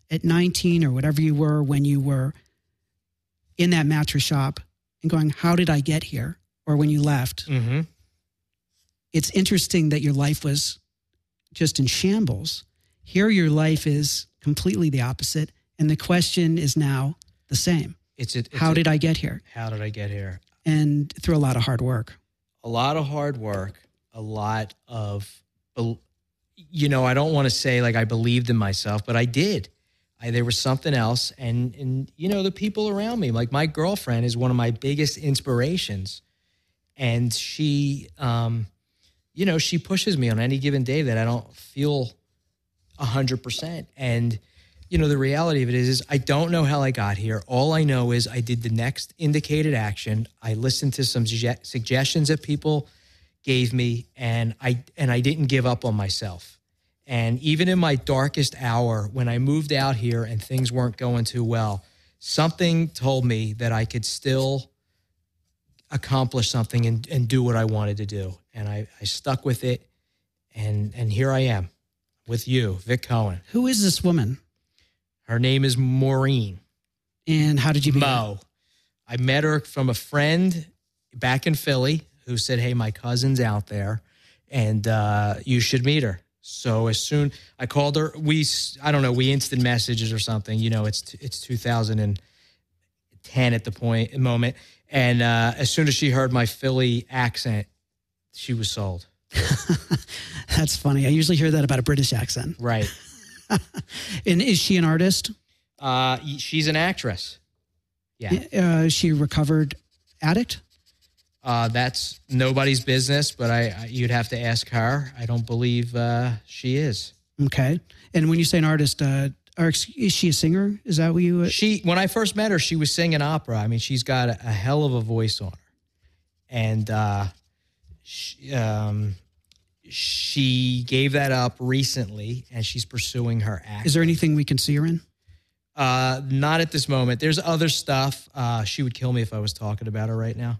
Speaker 1: at 19 or whatever you were when you were in that mattress shop and going, how did I get here? Or when you left,
Speaker 2: Mm-hmm.
Speaker 1: it's interesting that your life was just in shambles. Here, your life is completely the opposite. And the question is now the same
Speaker 2: It's, it, it's
Speaker 1: How
Speaker 2: a-
Speaker 1: did I get here?
Speaker 2: how did I get here?
Speaker 1: And through a lot of hard work.
Speaker 2: a lot of hard work, a lot of, bel- you know, I don't want to say like I believed in myself, but I did. I, there was something else, and and you know the people around me, like my girlfriend, is one of my biggest inspirations, and she, um, you know, she pushes me on any given day that I don't feel hundred percent, and you know the reality of it is, is i don't know how i got here all i know is i did the next indicated action i listened to some suge- suggestions that people gave me and i and i didn't give up on myself and even in my darkest hour when i moved out here and things weren't going too well something told me that i could still accomplish something and, and do what i wanted to do and I, I stuck with it and and here i am with you vic cohen
Speaker 1: Who is this woman?
Speaker 2: her name is Maureen
Speaker 1: And how did you meet? her?
Speaker 2: Mo. I met her from a friend back in Philly who said, "Hey, my cousin's out there, and uh, you should meet her." So as soon I called her, we s- I don't know we instant messages or something. You know, it's t- it's 2010 at the point moment, and uh, as soon as she heard my Philly accent, she was sold.
Speaker 1: That's funny. I usually hear that about a British accent.
Speaker 2: Right.
Speaker 1: And is she an artist?
Speaker 2: Uh, y- she's an actress. Yeah.
Speaker 1: Uh, is she a recovered addict?
Speaker 2: Uh, that's nobody's business, but I, I you'd have to ask her. I don't believe uh, she is.
Speaker 1: Okay. And when you say an artist, uh, or ex- is she a singer? Is that what you?
Speaker 2: She when I first met her, she was singing opera. I mean, she's got a, a hell of a voice on her, and uh, she, um, she gave that up recently, and she's pursuing her act.
Speaker 1: Is there anything we can see her in?
Speaker 2: Uh, not at this moment. There's other stuff. Uh, she would kill me if I was talking about her right now,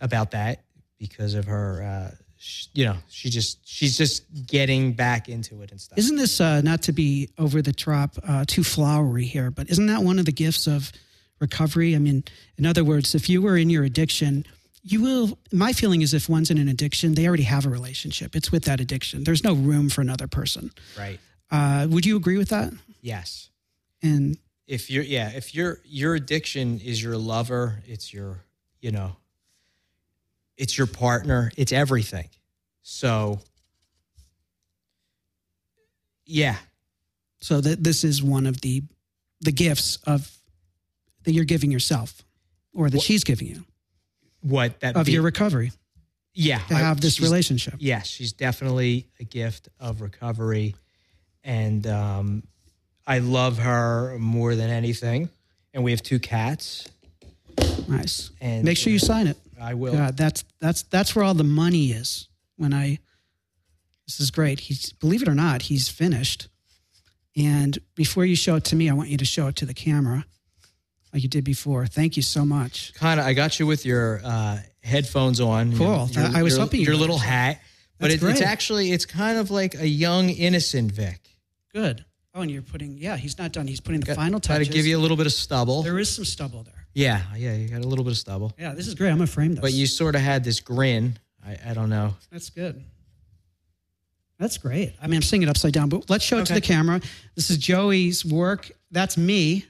Speaker 2: about that because of her. Uh, sh you know, she just she's just getting back into it and stuff.
Speaker 1: Isn't this uh, not to be over the top, uh, too flowery here? But isn't that one of the gifts of recovery? I mean, in other words, if you were in your addiction, you will. My feeling is, if one's in an addiction, they already have a relationship. It's with that addiction. There's no room for another person.
Speaker 2: right?
Speaker 1: Uh, would you agree with that?
Speaker 2: Yes.
Speaker 1: And
Speaker 2: If you're yeah, if your your addiction is your lover, it's your you know, it's your partner, it's everything. So, yeah,
Speaker 1: so that this is one of the the gifts of that you're giving yourself, or that she's giving you
Speaker 2: what that
Speaker 1: of
Speaker 2: be-
Speaker 1: your recovery
Speaker 2: yeah
Speaker 1: to
Speaker 2: I-
Speaker 1: have this
Speaker 2: she's-
Speaker 1: relationship.
Speaker 2: yes, she's definitely a gift of recovery, and um, I love her more than anything. And we have two cats,
Speaker 1: Nice.
Speaker 2: and
Speaker 1: Make sure you sign it.
Speaker 2: I will.
Speaker 1: God, that's that's that's where all the money is. When I, this is great. He's believe it or not, he's finished. And before you show it to me, I want you to show it to the camera, like you did before. Thank you so much.
Speaker 2: Kind of, I got you with your uh, headphones on.
Speaker 1: Cool.
Speaker 2: Your,
Speaker 1: I was
Speaker 2: your-
Speaker 1: hoping you
Speaker 2: your
Speaker 1: would.
Speaker 2: little hat, but
Speaker 1: That's
Speaker 2: it, it's
Speaker 1: great.
Speaker 2: actually it's kind of like a young innocent Vic.
Speaker 1: Good. Oh, and you're putting. Yeah, he's not done. He's putting the
Speaker 2: Got-
Speaker 1: final
Speaker 2: Try to
Speaker 1: touches.
Speaker 2: give you a little bit of stubble.
Speaker 1: There is some stubble there.
Speaker 2: yeah, yeah, you got a little bit of stubble,
Speaker 1: Yeah, this is great. I'm gonna frame this.
Speaker 2: but you sort of had this grin. I, I don't know.
Speaker 1: That's good. That's great. I mean, I'm seeing it upside down, but let's show it to the camera. This is Joey's work. That's me.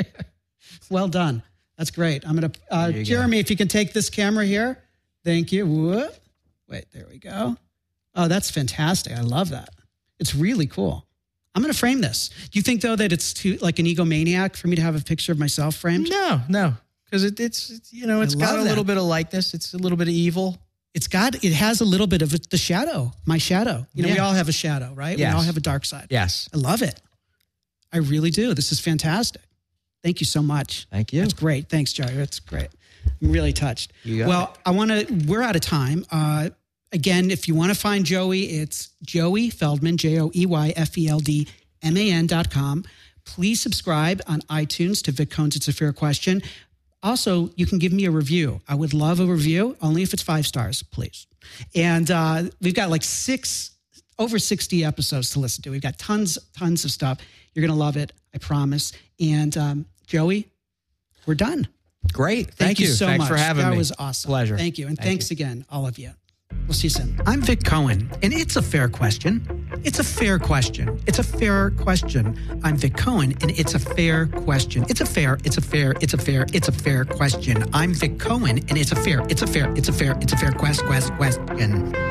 Speaker 1: well done. That's great. I'm gonna, uh,
Speaker 2: There you go.
Speaker 1: Jeremy, if you can take this camera here. Thank you. Whoop. Wait, there we go. Oh, that's fantastic. I love that. It's really cool. I'm gonna frame this. Do you think though that it's too like an egomaniac for me to have a picture of myself framed?
Speaker 2: No, no, because it, it's it's, you know it's got
Speaker 1: love
Speaker 2: a
Speaker 1: that.
Speaker 2: little bit of likeness. It's a little bit of evil.
Speaker 1: it's got it has a little bit of the shadow my shadow you know we
Speaker 2: Yeah.
Speaker 1: all have a shadow right we
Speaker 2: Yes.
Speaker 1: all have a dark side
Speaker 2: Yes.
Speaker 1: i love it i really do this is fantastic thank you so much
Speaker 2: Thank you.
Speaker 1: that's great thanks jerry that's great i'm really touched
Speaker 2: You got
Speaker 1: well i want to we're out of time uh, again if you want to find joey it's joey feldman E j-o-e-y-f-e-l-d-m-a-n dot com please subscribe on itunes to vic cohn's it's a fair question also, you can give me a review. I would love a review, only if it's five stars, please. And uh, we've got like six, over 60 episodes to listen to. We've got tons, tons of stuff. You're going to love it, I promise. And um, Joey, we're done.
Speaker 2: Great.
Speaker 1: Thank, you. so
Speaker 2: Thanks
Speaker 1: much.
Speaker 2: for having
Speaker 1: that
Speaker 2: me.
Speaker 1: That was awesome.
Speaker 2: Pleasure.
Speaker 1: Thank you. And
Speaker 2: Thank
Speaker 1: thanks again, all of you. We'll see you soon.
Speaker 4: I'm Vic Cohen, and it's a fair question. It's a fair question. It's a fair question. I'm Vic Cohen, and it's a fair question. It's a fair, it's a fair, it's a fair, it's a fair question. I'm Vic Cohen, and it's a fair, it's a fair, it's a fair, it's a fair quest, quest, question.